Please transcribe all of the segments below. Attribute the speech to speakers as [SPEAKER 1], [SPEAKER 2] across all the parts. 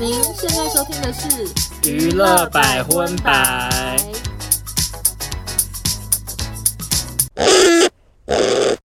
[SPEAKER 1] 您现在收听的是《
[SPEAKER 2] 娱乐百分百》。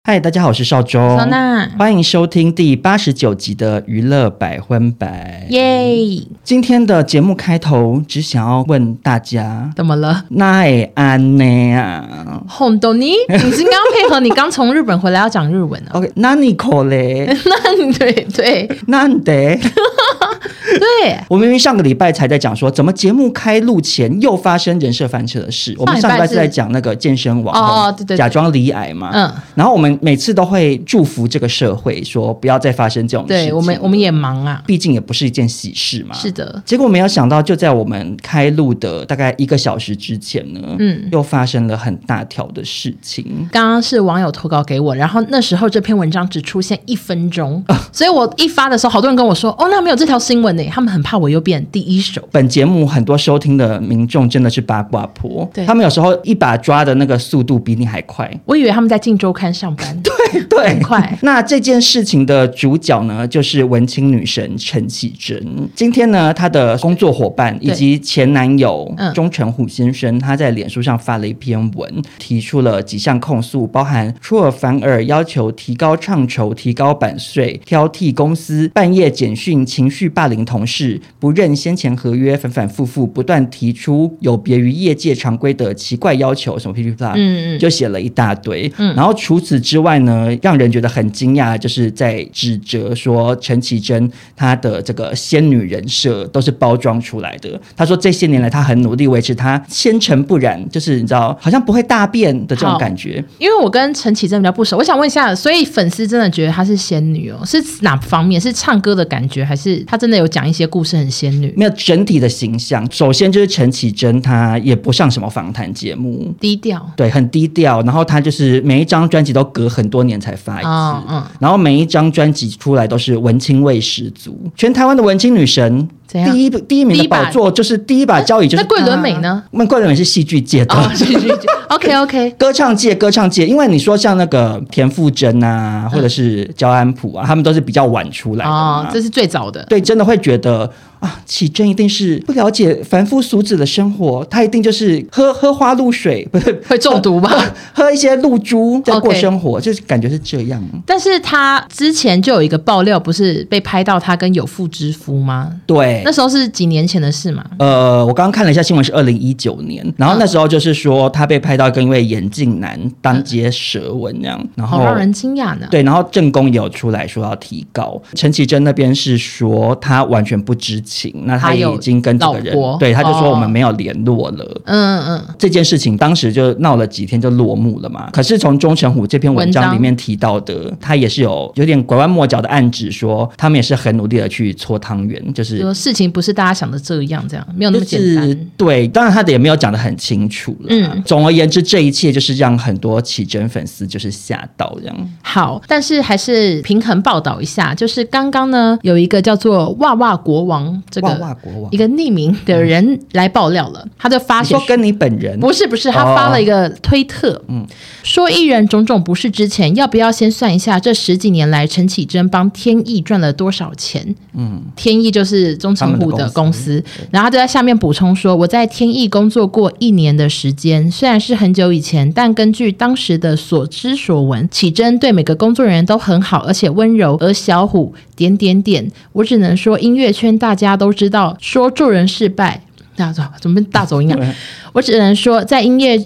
[SPEAKER 3] 嗨，大家好，我是邵忠，
[SPEAKER 1] 小娜
[SPEAKER 3] 欢迎收听第八十九集的《娱乐百分百》。
[SPEAKER 1] 耶，
[SPEAKER 3] 今天的节目开头，只想要问大家，
[SPEAKER 1] 怎么了？
[SPEAKER 3] 那也安呢啊
[SPEAKER 1] 哄懂你，你是刚配合你刚从日本回来要讲日文啊？
[SPEAKER 3] ？OK，那你可 嘞？
[SPEAKER 1] 那你 对对啊
[SPEAKER 3] 那你得？
[SPEAKER 1] 对，
[SPEAKER 3] 我明明上个礼拜才在讲说，怎么节目开录前又发生人设翻车的事。我们上礼拜是在讲那个健身网红
[SPEAKER 1] 哦哦对对对
[SPEAKER 3] 假装离癌嘛。
[SPEAKER 1] 嗯，
[SPEAKER 3] 然后我们每次都会祝福这个社会，说不要再发生这种事情。
[SPEAKER 1] 对我们我们也忙啊，
[SPEAKER 3] 毕竟也不是一件喜事嘛。
[SPEAKER 1] 是的，
[SPEAKER 3] 结果没有想到，就在我们开录的大概一个小时之前呢，
[SPEAKER 1] 嗯
[SPEAKER 3] 又发生了很大条的事情。
[SPEAKER 1] 刚刚是网友投稿给我，然后那时候这篇文章只出现一分钟，所以我一发的时候，好多人跟我说，哦，那没有这条新闻呢，他们很怕我又变第一手。
[SPEAKER 3] 本节目很多收听的民众真的是八卦婆
[SPEAKER 1] 对，
[SPEAKER 3] 他们有时候一把抓的那个速度比你还 快。
[SPEAKER 1] 我以为他们在《镜周刊》上班， 对
[SPEAKER 3] 对，
[SPEAKER 1] 很快
[SPEAKER 3] 那这件事情的主角呢，就是文青女神陈绮贞。今天呢，她的工作伙伴以及前男友
[SPEAKER 1] 嗯
[SPEAKER 3] 钟成虎先生，他在脸书上发了一篇文，提出了几项控诉，包含出尔反尔、要求提高唱酬、提高版税、挑剔公司、半夜简讯、情绪霸凌同事、不认先前合约、反反复复不断提出有别于业界常规的奇怪要求，什么噼里啪啦。
[SPEAKER 1] 嗯嗯，嗯
[SPEAKER 3] 就写了一大堆。然后除此之外呢，让人觉得很惊讶，就是在指责说陈绮贞她的这个仙女人设都是包装出来的。她说这些年来她很努力维持她纤尘不染，就是你知道好像不会大便的这种
[SPEAKER 1] 好
[SPEAKER 3] 感觉。
[SPEAKER 1] 因为我跟陈绮贞比较不熟，我想问一下，所以粉丝真的觉得她是仙女哦？是哪方面？是唱歌的感觉，还是她真的有讲一些故事很仙女？
[SPEAKER 3] 没有整体的形象，首先就是陈绮贞她也不上什么访谈节目。
[SPEAKER 1] 低调
[SPEAKER 3] 对，很低调，然后她就是每一张专辑都隔很多年才发一次，
[SPEAKER 1] 啊、嗯，
[SPEAKER 3] 然后每一张专辑出来都是文青味十足，全台湾的文青女神，
[SPEAKER 1] 怎样
[SPEAKER 3] 第一第一名
[SPEAKER 1] 第一
[SPEAKER 3] 的
[SPEAKER 1] 把
[SPEAKER 3] 宝座就是第一把交椅就是
[SPEAKER 1] 那桂纶镁呢？
[SPEAKER 3] 那桂纶镁是戏剧界的。
[SPEAKER 1] 哦， 是是是，OK OK，
[SPEAKER 3] 歌唱界，歌唱界，因为你说像那个田馥甄啊，或者是焦安普啊，他们都是比较晚出来的嘛
[SPEAKER 1] 嗯哦，这是最早的，
[SPEAKER 3] 对，真的会觉得啊，启真一定是不了解凡夫俗子的生活，他一定就是喝喝花露水， 不是
[SPEAKER 1] 会中毒吧？
[SPEAKER 3] 喝一些露珠在过
[SPEAKER 1] OK
[SPEAKER 3] 生活就是感觉是这样。
[SPEAKER 1] 但是她之前就有一个爆料，不是被拍到她跟有妇之夫吗？
[SPEAKER 3] 对，
[SPEAKER 1] 那时候是几年前的事嘛？
[SPEAKER 3] 呃，我刚刚看了一下新闻，是二零一九年，然后那时候就是说他被拍到跟一位眼镜男当街舌吻那样，然后
[SPEAKER 1] 好让人惊讶呢。
[SPEAKER 3] 对，然后正宫也有出来说要提告，陈绮贞那边是说她完全不知情，那她
[SPEAKER 1] 她有
[SPEAKER 3] 已经跟这个
[SPEAKER 1] 老婆
[SPEAKER 3] 人，对，她就说
[SPEAKER 1] 哦
[SPEAKER 3] 我们没有联络了。
[SPEAKER 1] 嗯嗯嗯，
[SPEAKER 3] 这件事情当时就闹了几天就落幕了嘛。可是从钟成虎这篇文
[SPEAKER 1] 文
[SPEAKER 3] 章
[SPEAKER 1] 章
[SPEAKER 3] 里面提到的，他也是有有点拐弯抹角的暗指说，他们也是很努力的去搓汤圆，就是
[SPEAKER 1] 就说事情不是大家想的这样，这样没有那么
[SPEAKER 3] 就
[SPEAKER 1] 简单。
[SPEAKER 3] 是对，当然他的也没有讲得很清楚了。
[SPEAKER 1] 嗯
[SPEAKER 3] 总而言之，这一切就是让很多奇珍粉丝就是吓到这样。
[SPEAKER 1] 好，但是还是平衡报道一下，就是刚刚呢有一个叫做“哇哇国王”这个
[SPEAKER 3] 哇哇国王
[SPEAKER 1] 一个匿名的人来爆料了，他就发
[SPEAKER 3] 你
[SPEAKER 1] 现
[SPEAKER 3] 说跟你本人
[SPEAKER 1] 不是不是，他
[SPEAKER 3] 哦
[SPEAKER 1] 发了一个推特，嗯，说艺人种种不是之前，要不要先算一下这十几年来陈绮贞帮天意赚了多少钱？嗯，天意就是钟成虎的公司，然后他就在下面补充说，我在天意工作过一年的时间，虽然是很久以前，但根据当时的所知所闻，绮贞对每个工作人员都很好，而且温柔，而小虎点点点，我只能说音乐圈大家都知道，说做人失败。大走，怎么大走音啊？我只能说，在音乐，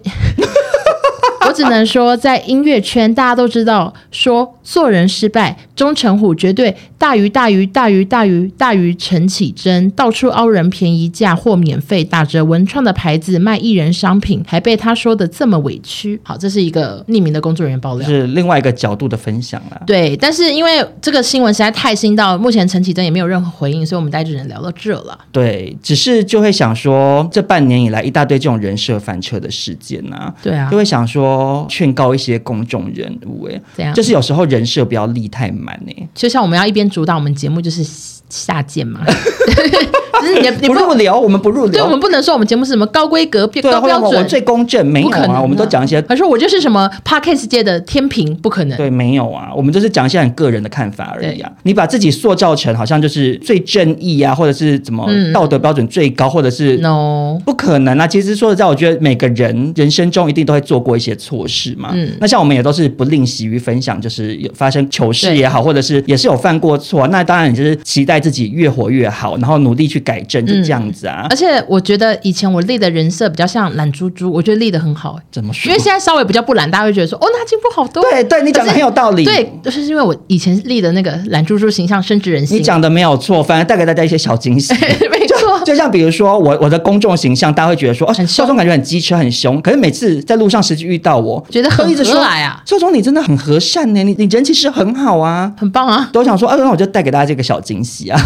[SPEAKER 1] 我只能说，在音乐圈，大家都知道，说做人失败，钟成虎绝对大于大于大于大于大于陈绮贞，到处凹人便宜价或免费，打着文创的牌子卖艺人商品，还被他说的这么委屈。嗯好，这是一个匿名的工作人员爆
[SPEAKER 3] 就
[SPEAKER 1] 料。
[SPEAKER 3] 是另外一个角度的分享啊啦。
[SPEAKER 1] 对，但是因为这个新闻实在太新到，目前陈绮贞也没有任何回应，所以我们大家只能聊到这了。
[SPEAKER 3] 对，只是就会想说，这半年以来一大堆这种人设翻车的事件啊，
[SPEAKER 1] 对啊
[SPEAKER 3] 就，会想说劝告一些公众人物、欸，
[SPEAKER 1] 怎样
[SPEAKER 3] 就？是有时候人设不要立太满哎、
[SPEAKER 1] 就像我们要一边主打我们节目，就是下 贱嘛，就是你的你
[SPEAKER 3] 不
[SPEAKER 1] 不
[SPEAKER 3] 入流，我们不入
[SPEAKER 1] 对我们
[SPEAKER 3] 流。
[SPEAKER 1] 不能说我们节目是什么高规格、
[SPEAKER 3] 对啊，
[SPEAKER 1] 高
[SPEAKER 3] 或者
[SPEAKER 1] 标
[SPEAKER 3] 我我
[SPEAKER 1] 准，
[SPEAKER 3] 最公正没有
[SPEAKER 1] 不可能
[SPEAKER 3] 啊，
[SPEAKER 1] 啊。
[SPEAKER 3] 我们都讲一些
[SPEAKER 1] 他说我就是什么 podcast 界的天平，不可能。
[SPEAKER 3] 对，没有啊，我们就是讲一些很个人的看法而已啊。你把自己塑造成好像就是最正义啊，或者是怎么
[SPEAKER 1] 嗯
[SPEAKER 3] 道德标准最高，或者是
[SPEAKER 1] No，
[SPEAKER 3] 不可能啊！其实说实在，我觉得每个人人生中一定都会做过一些错事嘛。
[SPEAKER 1] 嗯
[SPEAKER 3] 那像我们也都是不吝惜于分享，就是有发生糗事也好，或者是也是有犯过错啊、那当然，你就是期待自己越活越好，然后努力去改正，就这样子啊。
[SPEAKER 1] 而且我觉得以前我立的人设比较像懒猪猪，我觉得立的很 好、欸
[SPEAKER 3] 怎么说？
[SPEAKER 1] 因为现在稍微比较不懒，大家会觉得说哦，那他进步好多。
[SPEAKER 3] 对对，你讲的很有道理。
[SPEAKER 1] 对，就是因为我以前立的那个懒猪猪形象深植人心。
[SPEAKER 3] 你讲的没有错，反而带给大家一些小惊喜。
[SPEAKER 1] 没错，
[SPEAKER 3] 就像比如说我我的公众形象，大家会觉得说，哦，
[SPEAKER 1] 很凶
[SPEAKER 3] 少忠感觉很机车很凶，可是每次在路上实际遇到我，
[SPEAKER 1] 觉得
[SPEAKER 3] 都
[SPEAKER 1] 很
[SPEAKER 3] 一直
[SPEAKER 1] 可
[SPEAKER 3] 说，
[SPEAKER 1] 爱啊，
[SPEAKER 3] 少忠你真的很和善呢，你你人其实很好啊。
[SPEAKER 1] 很棒啊。
[SPEAKER 3] 都想说，啊，那我就带给大家这个小惊喜 啊，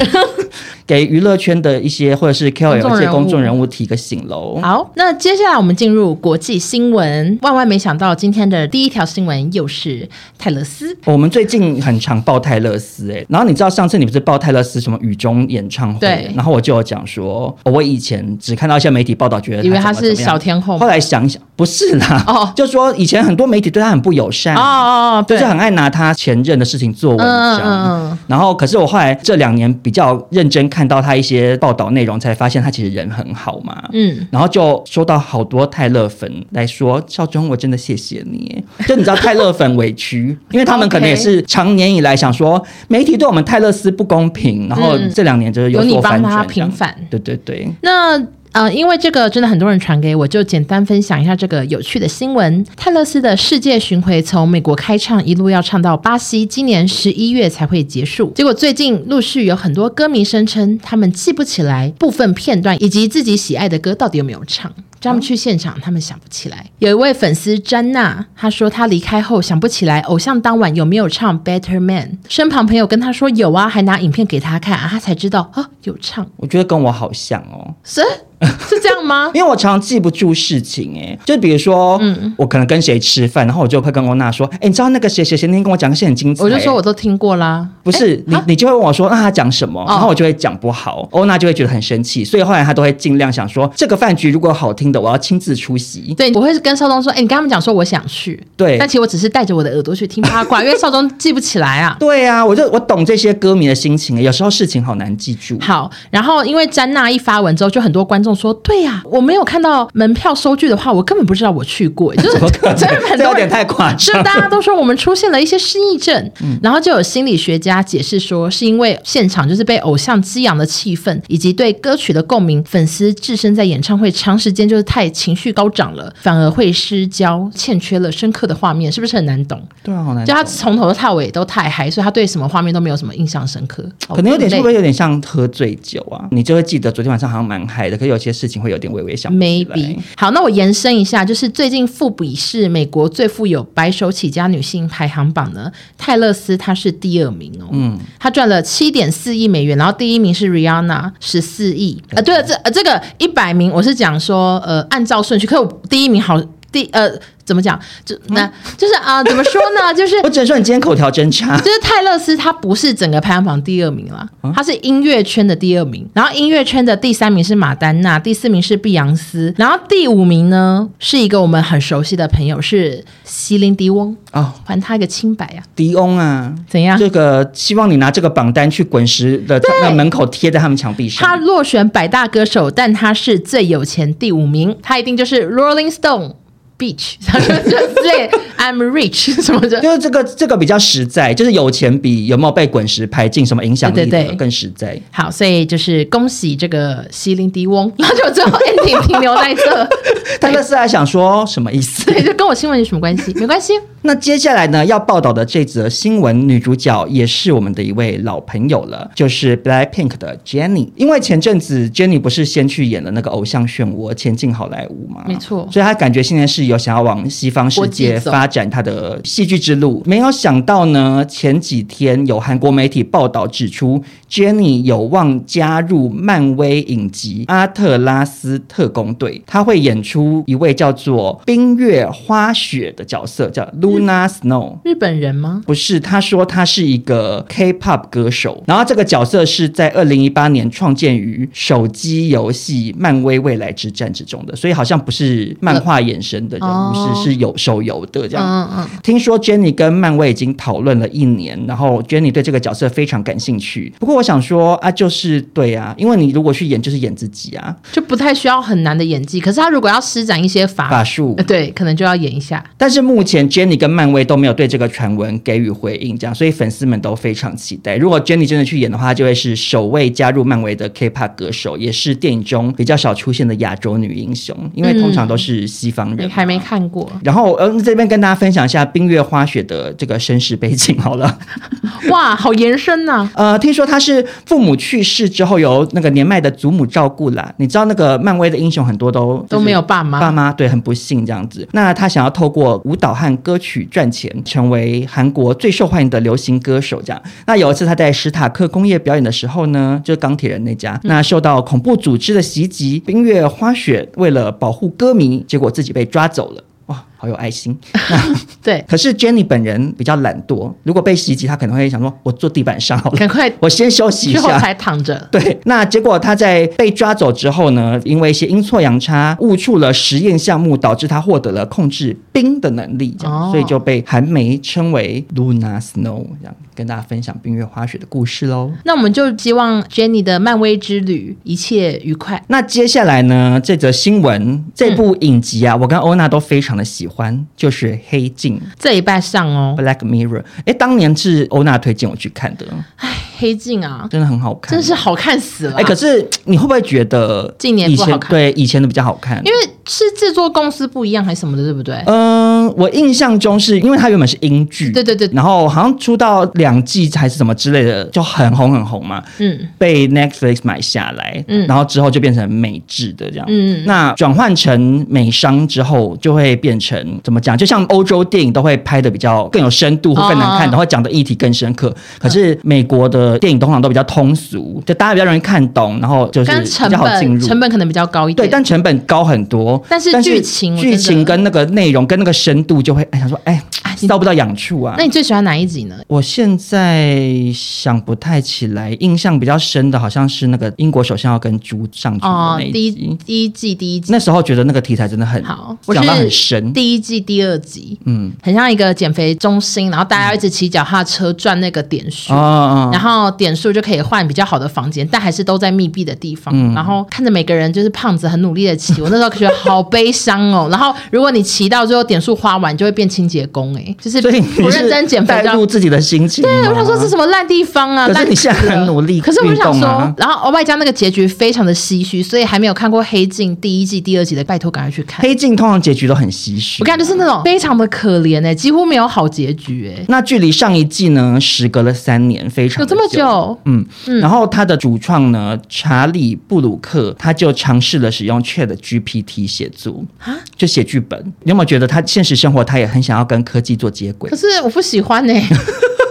[SPEAKER 3] 给娱乐圈的一些或者是 KOL
[SPEAKER 1] 公
[SPEAKER 3] 这
[SPEAKER 1] 众人
[SPEAKER 3] 些
[SPEAKER 1] 物
[SPEAKER 3] 公众人物提个醒哦喽。
[SPEAKER 1] 好，那接下来我们进入国际新闻。万万没想到，今天的第一条新闻又是泰勒斯。
[SPEAKER 3] 我们最近很常报泰勒斯哎、欸，然后你知道上次你不是报泰勒斯什么雨中演唱会
[SPEAKER 1] 对，
[SPEAKER 3] 然后我就有讲说、哦我以前只看到一些媒体报道，觉得
[SPEAKER 1] 以为
[SPEAKER 3] 她
[SPEAKER 1] 她
[SPEAKER 3] 怎么
[SPEAKER 1] 是
[SPEAKER 3] 怎么样
[SPEAKER 1] 小天后吗
[SPEAKER 3] 后来想一想不是啦，
[SPEAKER 1] 哦
[SPEAKER 3] 就说以前很多媒体对她很不友善
[SPEAKER 1] 哦哦，哦
[SPEAKER 3] 就
[SPEAKER 1] 对，
[SPEAKER 3] 是很爱拿她前任的事情做文章，
[SPEAKER 1] 嗯嗯嗯
[SPEAKER 3] 然后可是我后来这两年比较认真看到她一些报道内容，才发现她其实人很好嘛，
[SPEAKER 1] 嗯，
[SPEAKER 3] 然后就收到好多泰勒粉来说，少中我真的谢谢 你。就你知道泰勒粉委屈，因为他们可能也是常年以来想说媒体对我们泰勒斯不公平，然后这两年就是
[SPEAKER 1] 嗯有你
[SPEAKER 3] 所
[SPEAKER 1] 帮
[SPEAKER 3] 翻
[SPEAKER 1] 他
[SPEAKER 3] 转。
[SPEAKER 1] 平反。
[SPEAKER 3] 对对对，
[SPEAKER 1] 那呃，因为这个真的很多人传给我，就简单分享一下这个有趣的新闻。泰勒斯的世界巡回从美国开唱，一路要唱到巴西，今年十一月才会结束。结果最近陆续有很多歌迷声称，他们记不起来部分片段以及自己喜爱的歌到底有没有唱。叫他们去现场，他们想不起来。有一位粉丝詹娜，她说她离开后想不起来偶像当晚有没有唱《Better Man》，身旁朋友跟她说有啊，还拿影片给她看，啊，她才知道啊有唱。
[SPEAKER 3] 我觉得跟我好像哦，
[SPEAKER 1] 是是这样吗？
[SPEAKER 3] 因为我常记不住事情哎、就比如说，
[SPEAKER 1] 嗯
[SPEAKER 3] 我可能跟谁吃饭，然后我就会跟欧娜说，哎、你知道那个谁谁谁那天跟我讲个事很精彩、
[SPEAKER 1] 我就说我欸啊都听过啦，
[SPEAKER 3] 不是、你，你就会问我说，那他讲什
[SPEAKER 1] 哦
[SPEAKER 3] 么？然后我就会讲不好，欧娜就会觉得很生气，所以后来她都会尽量想说，这个饭局如果好听的，我要亲自出席。
[SPEAKER 1] 对，我会跟少东说，哎、你跟他们讲说我想去，
[SPEAKER 3] 对
[SPEAKER 1] 但其实我只是带着我的耳朵去听八 卦，因为少东记不起来啊。
[SPEAKER 3] 对啊，我就我懂这些歌迷的心情，啊有时候事情好难记住。
[SPEAKER 1] 好，然后因为詹娜一发文之后，就很多观众说，对呀、我没有看到门票收据的话，我根本不知道我去过，就是 真的很
[SPEAKER 3] 这有
[SPEAKER 1] 多
[SPEAKER 3] 点
[SPEAKER 1] 人。
[SPEAKER 3] 太夸
[SPEAKER 1] 是
[SPEAKER 3] 张。
[SPEAKER 1] 大家都说我们出现了一些失忆症，
[SPEAKER 3] 嗯
[SPEAKER 1] 然后就有心理学家解释说，是因为现场就是被偶像激昂的气氛以及对歌曲的共鸣，粉丝置身在演唱会长时间就是太情绪高涨了，反而会失焦，欠缺了深刻的画面，是不是很难懂？
[SPEAKER 3] 对啊，好难
[SPEAKER 1] 就
[SPEAKER 3] 懂。
[SPEAKER 1] 他从头到尾都太嗨，所以他对什么画面都没有什么印象深刻，
[SPEAKER 3] 可能有点是
[SPEAKER 1] 好累
[SPEAKER 3] 不是有点像喝醉酒啊？你就会记得昨天晚上好像蛮嗨的，可是有些事情会有点微微想不起来
[SPEAKER 1] maybe 好，那我延伸一下，就是最近富比是美国最富有白手起家女性排行榜呢，泰勒斯她是第二名哦，嗯，她赚了七点四亿美元，然后第一名是 Rihanna 十四亿，
[SPEAKER 3] 嗯
[SPEAKER 1] 呃，对了，这呃这个一百名我是讲说呃按照顺序，可我第一名好第呃怎么讲就那、
[SPEAKER 3] 嗯
[SPEAKER 1] 就是啊、怎么说呢，就是
[SPEAKER 3] 我只能说你今天口条真差。
[SPEAKER 1] 就是泰勒斯，他不是整个排行榜第二名啦，他是音乐圈的第二名，然后音乐圈的第三名是马丹娜，第四名是碧昂斯，然后第五名呢是一个我们很熟悉的朋友，是席琳迪翁，
[SPEAKER 3] 哦，
[SPEAKER 1] 还他一个清白啊，
[SPEAKER 3] 迪翁啊，
[SPEAKER 1] 怎样？
[SPEAKER 3] 这个希望你拿这个榜单去滚石的那门口贴在他们墙壁
[SPEAKER 1] 他
[SPEAKER 3] 上。
[SPEAKER 1] 落选百大歌手，但他是最有钱第五名，他一定就是 Rolling Stone。Beach，然后 就之类，I'm rich 什么的，
[SPEAKER 3] 就是这个这个比较实在，就是有钱比有没有被滚石排进什么影响力
[SPEAKER 1] 对对对
[SPEAKER 3] 的更实在。
[SPEAKER 1] 好，所以就是恭喜这个席琳迪翁，然后就最后 ending 停留在这，
[SPEAKER 3] 泰勒斯还想说什么意思？
[SPEAKER 1] 对，这跟我新闻有什么关系？没关系，
[SPEAKER 3] 那接下来呢，要报道的这则新闻，女主角也是我们的一位老朋友了，就是 BLACKPINK 的 Jennie。因为前阵子 Jennie 不是先去演了那个《偶像漩涡》，前进好莱坞嘛，
[SPEAKER 1] 没错
[SPEAKER 3] 所以她感觉现在是有想要往西方世界发展他的戏剧之路。没有想到呢，前几天有韩国媒体报道指出，Jenny 有望加入漫威影集《阿特拉斯特工队》，他会演出一位叫做冰月花雪的角色，叫 Luna Snow。
[SPEAKER 1] 日本人吗？
[SPEAKER 3] 不是，他说他是一个 K-pop 歌手，然后这个角色是在二零一八年创建于手机游戏《漫威未来之战》之中的，所以好像不是漫画衍生的人物，
[SPEAKER 1] 哦
[SPEAKER 3] 是是有手游的这样。
[SPEAKER 1] 嗯嗯嗯，
[SPEAKER 3] 听说 Jenny 跟漫威已经讨论了一年，然后 Jenny 对这个角色非常感兴趣。不过我想说啊，就是对啊，因为你如果去演，就是演自己啊，
[SPEAKER 1] 就不太需要很难的演技。可是他如果要施展一些法，
[SPEAKER 3] 法术
[SPEAKER 1] 呃。对，可能就要演一下。
[SPEAKER 3] 但是目前 Jenny 跟漫威都没有对这个传闻给予回应，这样，所以粉丝们都非常期待。如果 Jenny 真的去演的话，她就会是首位加入漫威的 K-pop 歌手，也是电影中比较少出现的亚洲女英雄，因为通常都是西方人
[SPEAKER 1] 你
[SPEAKER 3] 嘛。
[SPEAKER 1] 还没看过
[SPEAKER 3] 然后，嗯，这边跟大家分享一下冰月花雪的这个身世背景好了。
[SPEAKER 1] 哇，好延伸呐、
[SPEAKER 3] 呃，听说他是父母去世之后由那个年迈的祖母照顾啦。你知道那个漫威的英雄很多都、
[SPEAKER 1] 都没有爸妈
[SPEAKER 3] 爸妈对很不幸这样子。那他想要透过舞蹈和歌曲赚钱，成为韩国最受欢迎的流行歌手这样。那有一次他在史塔克工业表演的时候呢，就是钢铁人那家，
[SPEAKER 1] 嗯
[SPEAKER 3] 那受到恐怖组织的袭击，冰月花雪为了保护歌迷，结果自己被抓走了。哇，好有爱心！
[SPEAKER 1] 对，
[SPEAKER 3] 可是 Jenny 本人比较懒惰，如果被袭击，他可能会想说：“我坐地板上好了，
[SPEAKER 1] 赶快
[SPEAKER 3] 我先休息一
[SPEAKER 1] 去后
[SPEAKER 3] 下。
[SPEAKER 1] 台躺着。
[SPEAKER 3] 对，那结果他在被抓走之后呢，因为一些阴错阳差误触了实验项目，导致他获得了控制冰的能力，这样，
[SPEAKER 1] 哦
[SPEAKER 3] 所以就被韩媒称为 Luna Snow，这样跟大家分享冰月花雪的故事喽。
[SPEAKER 1] 那我们就希望 Jenny 的漫威之旅一切愉快。
[SPEAKER 3] 那接下来呢，这则新闻，这部影集
[SPEAKER 1] 嗯
[SPEAKER 3] 啊，我跟欧娜都非常的喜欢，就是《黑镜》
[SPEAKER 1] 这一拜上哦，
[SPEAKER 3] （Black Mirror）。哎，当年是欧娜推荐我去看的，
[SPEAKER 1] 黑镜啊，
[SPEAKER 3] 真的很好看，
[SPEAKER 1] 真是好看死了。
[SPEAKER 3] 哎、可是你会不会觉得
[SPEAKER 1] 近年
[SPEAKER 3] 以
[SPEAKER 1] 不好
[SPEAKER 3] 前
[SPEAKER 1] 看
[SPEAKER 3] 对以前的比较好看？
[SPEAKER 1] 因为是制作公司不一样还是什么的，对不对？
[SPEAKER 3] 嗯、我印象中是因为它原本是英剧，
[SPEAKER 1] 对对对
[SPEAKER 3] 然后好像出到两季还是什么之类的，就很红很红嘛，
[SPEAKER 1] 嗯，
[SPEAKER 3] 被 Netflix 买下来，
[SPEAKER 1] 嗯
[SPEAKER 3] 然后之后就变成美制的这样，
[SPEAKER 1] 嗯
[SPEAKER 3] 那转换成美商之后，就会变成怎么讲？就像欧洲电影都会拍的比较更有深度或更难看，
[SPEAKER 1] 哦
[SPEAKER 3] 然后讲的议题更深刻。可是美国的电影通常都比较通俗，就大家比较容易看懂，然后就是
[SPEAKER 1] 跟
[SPEAKER 3] 比
[SPEAKER 1] 成
[SPEAKER 3] 较好进
[SPEAKER 1] 本
[SPEAKER 3] 入。
[SPEAKER 1] 成本可能比较高一点。
[SPEAKER 3] 对，但成本高很多。
[SPEAKER 1] 但是剧情我
[SPEAKER 3] 剧情
[SPEAKER 1] 真的
[SPEAKER 3] 跟那个内容跟那个深度就会，哎，想说，哎
[SPEAKER 1] 哎，你
[SPEAKER 3] 到不到痒处啊
[SPEAKER 1] 那？你最喜欢哪一集呢？
[SPEAKER 3] 我现在想不太起来，印象比较深的好像是那个英国首相要跟猪上床的
[SPEAKER 1] 哦
[SPEAKER 3] 那，
[SPEAKER 1] 第
[SPEAKER 3] 一集。
[SPEAKER 1] 一第一季第一集
[SPEAKER 3] 那时候觉得那个题材真的很
[SPEAKER 1] 好，我
[SPEAKER 3] 讲到很
[SPEAKER 1] 是
[SPEAKER 3] 深，
[SPEAKER 1] 第一季第二集，
[SPEAKER 3] 嗯，
[SPEAKER 1] 很像一个减肥中心，然后大家一直骑脚踏车赚那个点数。
[SPEAKER 3] 哦哦，
[SPEAKER 1] 然
[SPEAKER 3] 哦
[SPEAKER 1] 后点数就可以换比较好的房间，但还是都在密闭的地方。
[SPEAKER 3] 嗯
[SPEAKER 1] 然后看着每个人就是胖子很努力 的骑，我那时候觉得好悲伤哦。然后如果你骑到最后点数花完，就会变清洁工、欸，就是
[SPEAKER 3] 所以
[SPEAKER 1] 不
[SPEAKER 3] 你
[SPEAKER 1] 认真减
[SPEAKER 3] 是
[SPEAKER 1] 肥
[SPEAKER 3] 带
[SPEAKER 1] 这样
[SPEAKER 3] 入自己的心情吗。
[SPEAKER 1] 对，我想说这什么烂地方啊！
[SPEAKER 3] 可是
[SPEAKER 1] 烂
[SPEAKER 3] 你现在
[SPEAKER 1] 死了
[SPEAKER 3] 很努力
[SPEAKER 1] 可是我就想
[SPEAKER 3] 运
[SPEAKER 1] 说，
[SPEAKER 3] 动啊
[SPEAKER 1] 然后外加那个结局非常的唏嘘，所以还没有看过《黑镜》第一季、第二集的，拜托赶快去看。
[SPEAKER 3] 黑镜通啊常结局都很唏嘘，
[SPEAKER 1] 我看就是那种非常的可怜哎、几乎没有好结局哎、
[SPEAKER 3] 那距离上一季呢，时隔了三年，非常
[SPEAKER 1] 有这么久？
[SPEAKER 3] 嗯，然后它的主创呢，查理布鲁克，他就尝试了使用 Chat GPT 写作，
[SPEAKER 1] 啊
[SPEAKER 3] 就写剧本。你有没有觉得他现实生活他也很想要跟科技做接轨
[SPEAKER 1] 可？是我不喜欢哎、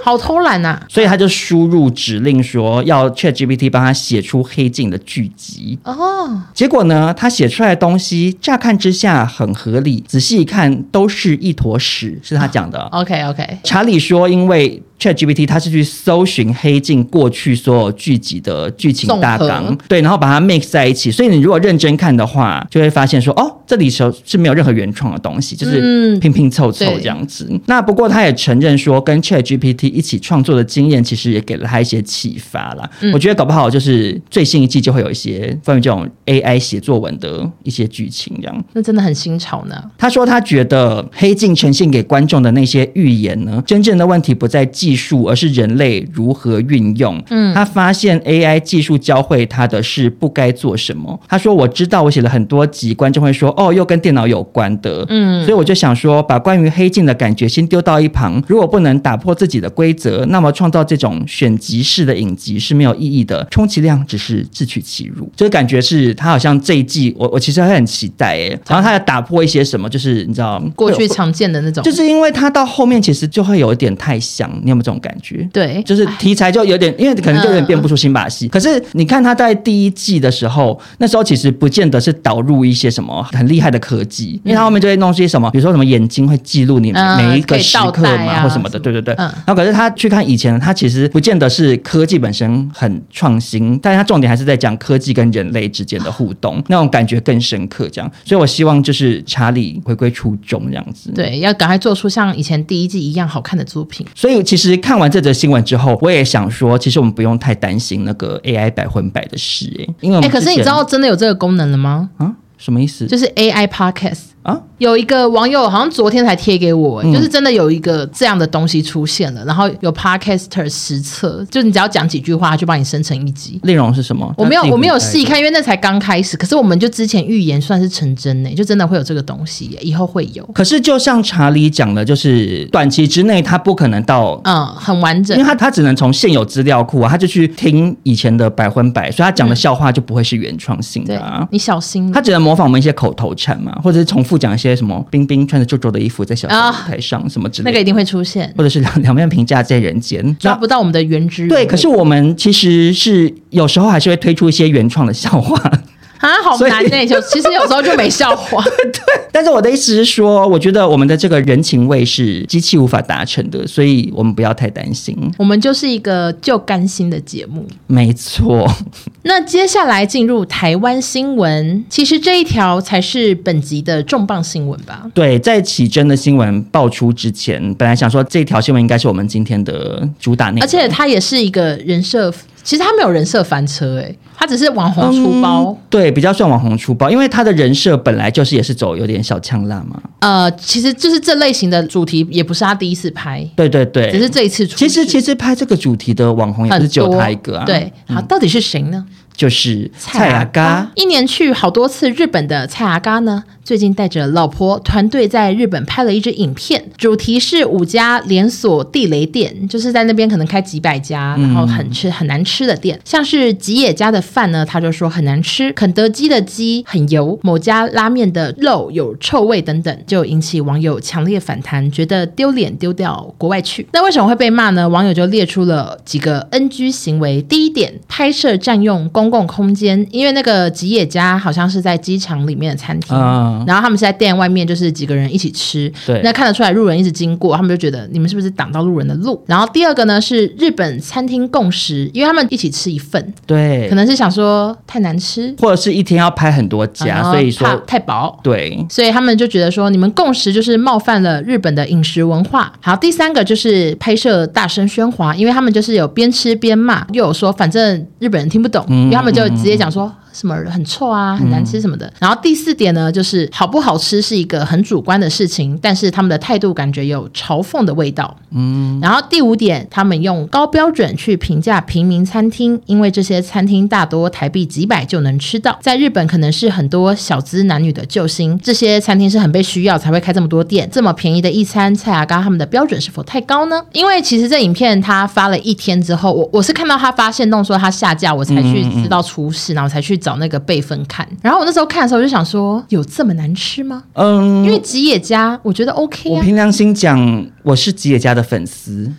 [SPEAKER 1] 好偷懒啊呐、
[SPEAKER 3] 所以他就输入指令说要 Chat GPT 帮他写出《黑镜》的剧集。
[SPEAKER 1] 哦，
[SPEAKER 3] 结果呢，他写出来的东西乍看之下很合理，仔细一看都是一坨屎，是他讲的。
[SPEAKER 1] OK OK，
[SPEAKER 3] 查理说，因为 ChatGPT 它是去搜寻《黑镜》过去所有剧集的剧情大
[SPEAKER 1] 综
[SPEAKER 3] 纲
[SPEAKER 1] 合，
[SPEAKER 3] 对，然后把它 mix 在一起。所以你如果认真看的话，就会发现说，哦，这里头是没有任何原创的东西，就是
[SPEAKER 1] 嗯
[SPEAKER 3] 拼拼凑凑这样子。那不过他也承认说，跟 ChatGPT 一起创作的经验，其实也给了他一些启发啦。
[SPEAKER 1] 嗯
[SPEAKER 3] 我觉得搞不好就是最新一季就会有一些关于这种 AI 写作文的一些剧情这样。
[SPEAKER 1] 那真的很新潮呢。
[SPEAKER 3] 他说，他觉得《黑镜》呈现给观众的那些预言呢，真正的问题不在技术，而是人类如何运用。嗯，他发现 AI 技术教会他的是不该做什么。他说：“我知道，我写了很多集，观众会说，哦，又跟电脑有关的。”嗯，所以我就想说，把关于《黑镜》的感觉先丢到一旁。如果不能打破自己的规规则，那么创造这种选集式的影集是没有意义的，充其量只是自取其辱。就是感觉是他好像这一季，我我其实还很期待嗯哎、然后他要打破一些什么，就是你知道
[SPEAKER 1] 过去常见的那种，
[SPEAKER 3] 就是因为他到后面其实就会有一点太像，你有没有这种感觉？
[SPEAKER 1] 对，
[SPEAKER 3] 就是题材就有点，因为可能就有点变不出新把
[SPEAKER 1] 嗯
[SPEAKER 3] 戏。可是你看他在第一季的时候，那时候其实不见得是导入一些什么很厉害的科技，因为他后面就会弄些什么，比如说什么眼睛会记录你
[SPEAKER 1] 嗯
[SPEAKER 3] 每一个
[SPEAKER 1] 可以
[SPEAKER 3] 时
[SPEAKER 1] 倒
[SPEAKER 3] 刻
[SPEAKER 1] 带
[SPEAKER 3] 嘛，
[SPEAKER 1] 啊
[SPEAKER 3] 或什么的，对对对。
[SPEAKER 1] 嗯
[SPEAKER 3] 然后可是他去看以前，他其实不见得是科技本身很创新，但是他重点还是在讲科技跟人类之间的互动，那种感觉更深刻。这样，所以我希望就是查理回归初衷这样子。。
[SPEAKER 1] 对，要赶快做出像以前第一季一样好看的作品。
[SPEAKER 3] 所以其实看完这则新闻之后，我也想说，其实我们不用太担心那个 AI 百分百的事、欸，因为我
[SPEAKER 1] 哎、
[SPEAKER 3] 们
[SPEAKER 1] 可
[SPEAKER 3] 之
[SPEAKER 1] 是你
[SPEAKER 3] 前
[SPEAKER 1] 知道真的有这个功能了吗？
[SPEAKER 3] 啊什么意思？
[SPEAKER 1] 就是 AI podcast。
[SPEAKER 3] 啊，嗯
[SPEAKER 1] 有一个网友好像昨天才贴给我、就是真的有一个这样的东西出现了，然后有 podcaster 实测，就你只要讲几句话，它就帮你生成一集。
[SPEAKER 3] 内容是什么？
[SPEAKER 1] 我没有
[SPEAKER 3] 它自己
[SPEAKER 1] 我没有
[SPEAKER 3] 会开
[SPEAKER 1] 细看，因为那才刚开始。可是我们就之前预言算是成真呢、就真的会有这个东西耶、以后会有，
[SPEAKER 3] 可是就像查理讲的，就是短期之内他不可能到。
[SPEAKER 1] 嗯，很完整
[SPEAKER 3] 因为。他他只能从现有资料库啊，他就去听以前的百分百，所以他讲的笑话就不会是原创性
[SPEAKER 1] 嗯对
[SPEAKER 3] 的、啊。
[SPEAKER 1] 你小心
[SPEAKER 3] 他只能模仿我们一些口头禅嘛，或者是重复讲一些什么冰冰穿着皱皱的衣服在小小
[SPEAKER 1] 啊
[SPEAKER 3] 舞台上什么之
[SPEAKER 1] 那
[SPEAKER 3] 类
[SPEAKER 1] 个
[SPEAKER 3] 的，
[SPEAKER 1] 一定会出现，
[SPEAKER 3] 或者是两两面评价在人间。
[SPEAKER 1] 抓
[SPEAKER 3] 那
[SPEAKER 1] 不到我们的原汁原
[SPEAKER 3] 对，
[SPEAKER 1] 味。
[SPEAKER 3] 可是我们其实是有时候还是会推出一些原创的笑话，
[SPEAKER 1] 啊，好
[SPEAKER 3] 所以
[SPEAKER 1] 难呢、就其实有时候就没笑话。
[SPEAKER 3] 但是我的意思是说，我觉得我们的这个人情味是机器无法达成的，所以我们不要太担心。
[SPEAKER 1] 我们就是一个就甘心的节目。
[SPEAKER 3] 没错，
[SPEAKER 1] 那接下来进入台湾新闻，其实这一条才是本集的重磅新闻吧？
[SPEAKER 3] 对，在起真的新闻爆出之前，本来想说这条新闻应该是我们今天的主打内容，
[SPEAKER 1] 而且它也是一个人设，其实它没有人设翻车、欸，它只是网红出包。
[SPEAKER 3] 对比较算网红出包，因为他的人设本来就是也是走有点小呛辣嘛。
[SPEAKER 1] 呃，其实就是这类型的主题也不是他第一次拍，
[SPEAKER 3] 对对对，
[SPEAKER 1] 只是这一次出
[SPEAKER 3] 其实其
[SPEAKER 1] 实
[SPEAKER 3] 实拍这个主题的网红也
[SPEAKER 1] 很
[SPEAKER 3] 不
[SPEAKER 1] 多
[SPEAKER 3] 是只有他一个啊，
[SPEAKER 1] 对，，好，到底是谁呢？
[SPEAKER 3] 就是蔡雅嘎。
[SPEAKER 1] 一年去好多次日本的蔡雅嘎呢，最近带着老婆团队在日本拍了一支影片，主题是五家连锁地雷店，就是在那边可能开几百家，然后很吃很难吃的店，像是吉野家的饭呢，他就说很难吃，肯德基的鸡很油，某家拉面的肉有臭味等等，就引起网友强烈反弹，觉得丢脸丢掉国外去。那为什么会被骂呢？网友就列出了几个 NG 行为，第一点，拍摄占用公共空间，因为那个吉野家好像是在机场里面的餐厅。
[SPEAKER 3] 嗯，
[SPEAKER 1] 然后他们是在店外面，就是几个人一起吃。
[SPEAKER 3] 对
[SPEAKER 1] 那看得出来路人一直经过，他们就觉得你们是不是挡到路人的路？然后第二个呢是日本餐厅共食，因为他们一起吃一份，
[SPEAKER 3] 对
[SPEAKER 1] 可，能是想说太难吃，
[SPEAKER 3] 或者是一天要拍很多家，
[SPEAKER 1] 然后
[SPEAKER 3] 所以
[SPEAKER 1] 嗯怕
[SPEAKER 3] 说
[SPEAKER 1] 太薄。
[SPEAKER 3] 对，
[SPEAKER 1] 所以他们就觉得说，你们共识就是冒犯了日本的饮食文化。好，第三个就是拍摄大声喧哗，因为他们就是有边吃边骂，又有说反正日本人听不懂，因为他们就直接讲说。什么很臭啊，很难吃什么的。然后第四点呢，就是好不好吃是一个很主观的事情，但是他们的态度感觉有嘲讽的味道。然后第五点，他们用高标准去评价平民餐厅，因为这些餐厅大多台币几百就能吃到，在日本可能是很多小资男女的救星。这些餐厅是很被需要才会开这么多店，这么便宜的一餐，蔡雅刚他们的标准是否太高呢？因为其实这影片他发了一天之后，我我是看到他发现动说他下架，我才去知道出事，然后才去找那个备份看。然后我那时候看的时候，我就想说，有这么难吃吗？
[SPEAKER 3] 嗯，
[SPEAKER 1] 因为吉野家，我觉得 OK
[SPEAKER 3] 我
[SPEAKER 1] 啊。
[SPEAKER 3] 凭良心讲，我是吉野家的粉 丝，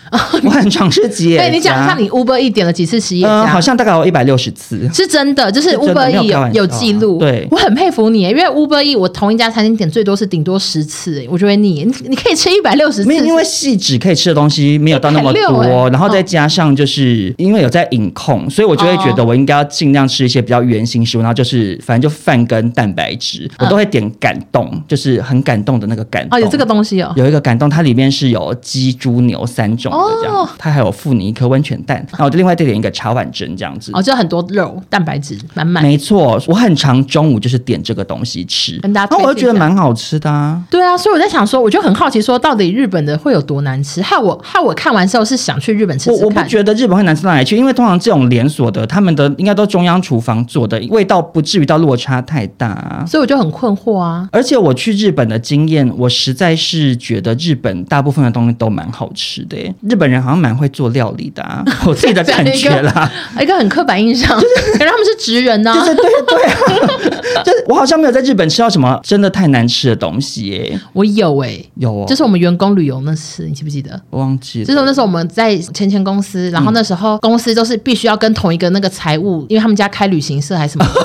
[SPEAKER 3] 我很常吃吉野家。
[SPEAKER 1] 对你讲一下，你 Uber 一点了几次吉野
[SPEAKER 3] 嗯、
[SPEAKER 1] 家？
[SPEAKER 3] 好像大概有一百六十次。
[SPEAKER 1] 是真的，就是
[SPEAKER 3] 是真的
[SPEAKER 1] Uber
[SPEAKER 3] 没有
[SPEAKER 1] E
[SPEAKER 3] 开玩笑
[SPEAKER 1] 有
[SPEAKER 3] 啊
[SPEAKER 1] 有记录，
[SPEAKER 3] 对
[SPEAKER 1] 我很佩服你，因为 Uber E 我同一家餐厅点最多是顶多十次，我就会腻，你你可以吃一百六十次，
[SPEAKER 3] 没有，因为细致可以吃的东西没有到那么
[SPEAKER 1] 一百 六
[SPEAKER 3] 多，
[SPEAKER 1] 欸
[SPEAKER 3] 然后再加上就是因为有在饮控，所以我就会
[SPEAKER 1] 哦
[SPEAKER 3] 觉得我应该要尽量吃一些比较圆形食物，然后就是反正就饭跟蛋白质，我都会点感动，就是很感动的那个感动。
[SPEAKER 1] 哦有这个东西哦，
[SPEAKER 3] 有一个感动，它里面是有鸡、猪、牛三种的这样，
[SPEAKER 1] 哦
[SPEAKER 3] 它还有附你一颗温泉蛋，然后我就另外再点一个茶碗蒸这样子。
[SPEAKER 1] 哦就很多肉，蛋白质满满，
[SPEAKER 3] 没错，我很常中午就是点这个东西吃，
[SPEAKER 1] 跟大家
[SPEAKER 3] 然后我就
[SPEAKER 1] 推
[SPEAKER 3] 觉得
[SPEAKER 1] 荐一下
[SPEAKER 3] 蛮好吃的啊。
[SPEAKER 1] 对啊，所以我在想说，我就很好奇说到底日本的会有多难吃，害我害我看完之后是想去日本吃
[SPEAKER 3] 我
[SPEAKER 1] 吃
[SPEAKER 3] 我不
[SPEAKER 1] 看，
[SPEAKER 3] 觉得日本会难吃到哪里去，因为通常这种连锁的，他们的应该都中央厨房做的味道不至于到落差太大、啊。
[SPEAKER 1] 所以我就很困惑啊。
[SPEAKER 3] 而且我去日本的经验，我实在是觉得日本大部分的东西都蛮好吃的耶。日本人好像蛮会做料理的、 啊，我自己的感觉啦。
[SPEAKER 1] 一个很刻板印象，感觉他们是职人呢、
[SPEAKER 3] 就是对对啊， 就是我好像没有在日本吃到什么真的太难吃的东西耶。
[SPEAKER 1] 我有哎、
[SPEAKER 3] 有哦，
[SPEAKER 1] 就是我们员工旅游那次，你记不记得？
[SPEAKER 3] 我忘记
[SPEAKER 1] 就是
[SPEAKER 3] 了。
[SPEAKER 1] 那时候我们在前前公司，
[SPEAKER 3] 嗯
[SPEAKER 1] 然后那时候公司就是必须要跟同一个那个财务，因为他们家开旅行社还是什么 的。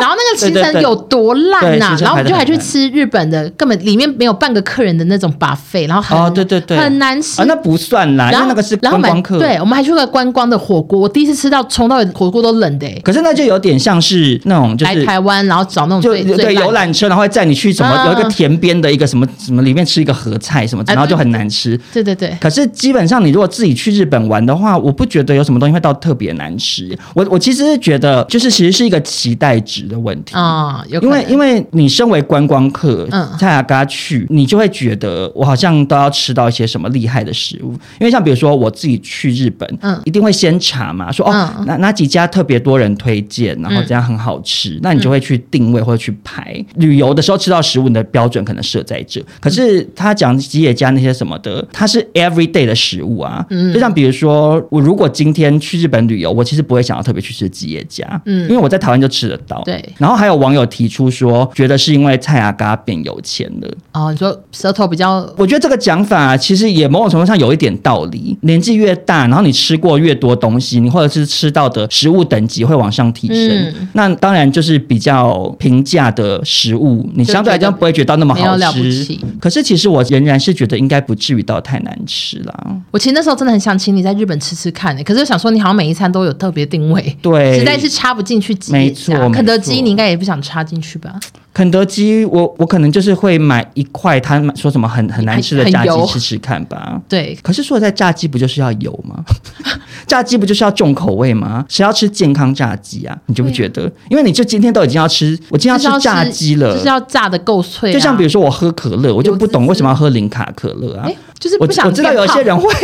[SPEAKER 1] 然后那个行
[SPEAKER 3] 对对
[SPEAKER 1] 程
[SPEAKER 3] 对
[SPEAKER 1] 有多烂
[SPEAKER 3] 对
[SPEAKER 1] 呐、
[SPEAKER 3] 行程
[SPEAKER 1] 然后我们就
[SPEAKER 3] 排
[SPEAKER 1] 还
[SPEAKER 3] 得
[SPEAKER 1] 去
[SPEAKER 3] 很
[SPEAKER 1] 吃日本的，根本里面没有半个客人的那种 buffet，然后很、
[SPEAKER 3] 哦，对对对，
[SPEAKER 1] 很难吃。
[SPEAKER 3] 啊，那不算啦，因
[SPEAKER 1] 然
[SPEAKER 3] 为
[SPEAKER 1] 后
[SPEAKER 3] 那个是
[SPEAKER 1] 然后
[SPEAKER 3] 观
[SPEAKER 1] 我
[SPEAKER 3] 光
[SPEAKER 1] 们
[SPEAKER 3] 客。
[SPEAKER 1] 对，，我们还去了观光的火锅，我第一次吃到冲到火锅都冷的、欸
[SPEAKER 3] 可是那就有点像是那种就
[SPEAKER 1] 来
[SPEAKER 3] 是。
[SPEAKER 1] 台湾然后找那种
[SPEAKER 3] 就
[SPEAKER 1] 最最
[SPEAKER 3] 对
[SPEAKER 1] 烂
[SPEAKER 3] 游
[SPEAKER 1] 的
[SPEAKER 3] 览车，然后会载你去什
[SPEAKER 1] 啊
[SPEAKER 3] 么有一个田边的一个什么什么里面吃一个合菜什么，
[SPEAKER 1] 哎
[SPEAKER 3] 然后就很难吃。
[SPEAKER 1] 对对对，
[SPEAKER 3] 可是基本上，你如果自己去日本玩的话，我不觉得有什么东西会到特别难吃。我我其实是觉得，就是其实是一个期待值的问题。
[SPEAKER 1] 啊、有可
[SPEAKER 3] 因
[SPEAKER 1] 能
[SPEAKER 3] 为因为你身为观光客，
[SPEAKER 1] 嗯
[SPEAKER 3] 蔡雅嘎去，你就会觉得我好像都要吃到一些什么厉害的食物。因为像比如说我自己去日本，
[SPEAKER 1] 嗯
[SPEAKER 3] 一定会先查嘛，说哦、
[SPEAKER 1] 嗯
[SPEAKER 3] 哪哪几家特别多人推荐，然后
[SPEAKER 1] 嗯
[SPEAKER 3] 怎样很好吃，那你就会去定位或者去排。旅游的时候吃到食物，你的标准可能设在
[SPEAKER 1] 嗯
[SPEAKER 3] 这。可是他讲吉野家那些什么的，它是 every day 的食物啊。
[SPEAKER 1] 嗯
[SPEAKER 3] 就像比如说，我如果今天去日本旅游，我其实不会想要特别去吃吉野家，
[SPEAKER 1] 嗯
[SPEAKER 3] 因为我在台湾就吃得到。
[SPEAKER 1] 对
[SPEAKER 3] 然后还有网友提出说，觉得是因为蔡阿嘎变有钱了。
[SPEAKER 1] 哦，你说舌头比较
[SPEAKER 3] 我觉得这个讲法啊其实也某种程度上有一点道理。年纪越大，然后你吃过越多东西，你或者是吃到的食物等级会往上提升，
[SPEAKER 1] 嗯
[SPEAKER 3] 那当然就是比较平价的食物，你相对来讲不会觉得到那么
[SPEAKER 1] 没有
[SPEAKER 3] 好
[SPEAKER 1] 了不
[SPEAKER 3] 吃。
[SPEAKER 1] 起。
[SPEAKER 3] 可是其实我仍然是觉得应该不至于到太难吃啦。
[SPEAKER 1] 我其实那时候真的很想请你在日本吃吃看、欸，可是我想说你好像每一餐都有特别定位，
[SPEAKER 3] 对，
[SPEAKER 1] 实在是插不进去吉野家
[SPEAKER 3] 没错
[SPEAKER 1] 肯德
[SPEAKER 3] 没
[SPEAKER 1] 基
[SPEAKER 3] 错
[SPEAKER 1] 你应该也不想插进去吧？
[SPEAKER 3] 肯德基我，我可能就是会买一块他们说什么很很难吃的
[SPEAKER 1] 很
[SPEAKER 3] 炸
[SPEAKER 1] 油
[SPEAKER 3] 鸡吃吃看吧。
[SPEAKER 1] 对，
[SPEAKER 3] 可是说在炸鸡不就是要油吗？ 炸鸡不就是要重口味吗？谁要吃健康炸鸡啊？你就不觉得？因为你就今天都已经要吃，我今天
[SPEAKER 1] 就是
[SPEAKER 3] 要
[SPEAKER 1] 要
[SPEAKER 3] 吃炸鸡了，
[SPEAKER 1] 就是要炸的够脆啊、
[SPEAKER 3] 就像比如说我喝可乐，我就不懂
[SPEAKER 1] 有自制
[SPEAKER 3] 为什么要喝零卡可乐啊
[SPEAKER 1] 哎、。就是
[SPEAKER 3] 我
[SPEAKER 1] 不想
[SPEAKER 3] 我知道有一些
[SPEAKER 1] 变
[SPEAKER 3] 人会，
[SPEAKER 1] 胖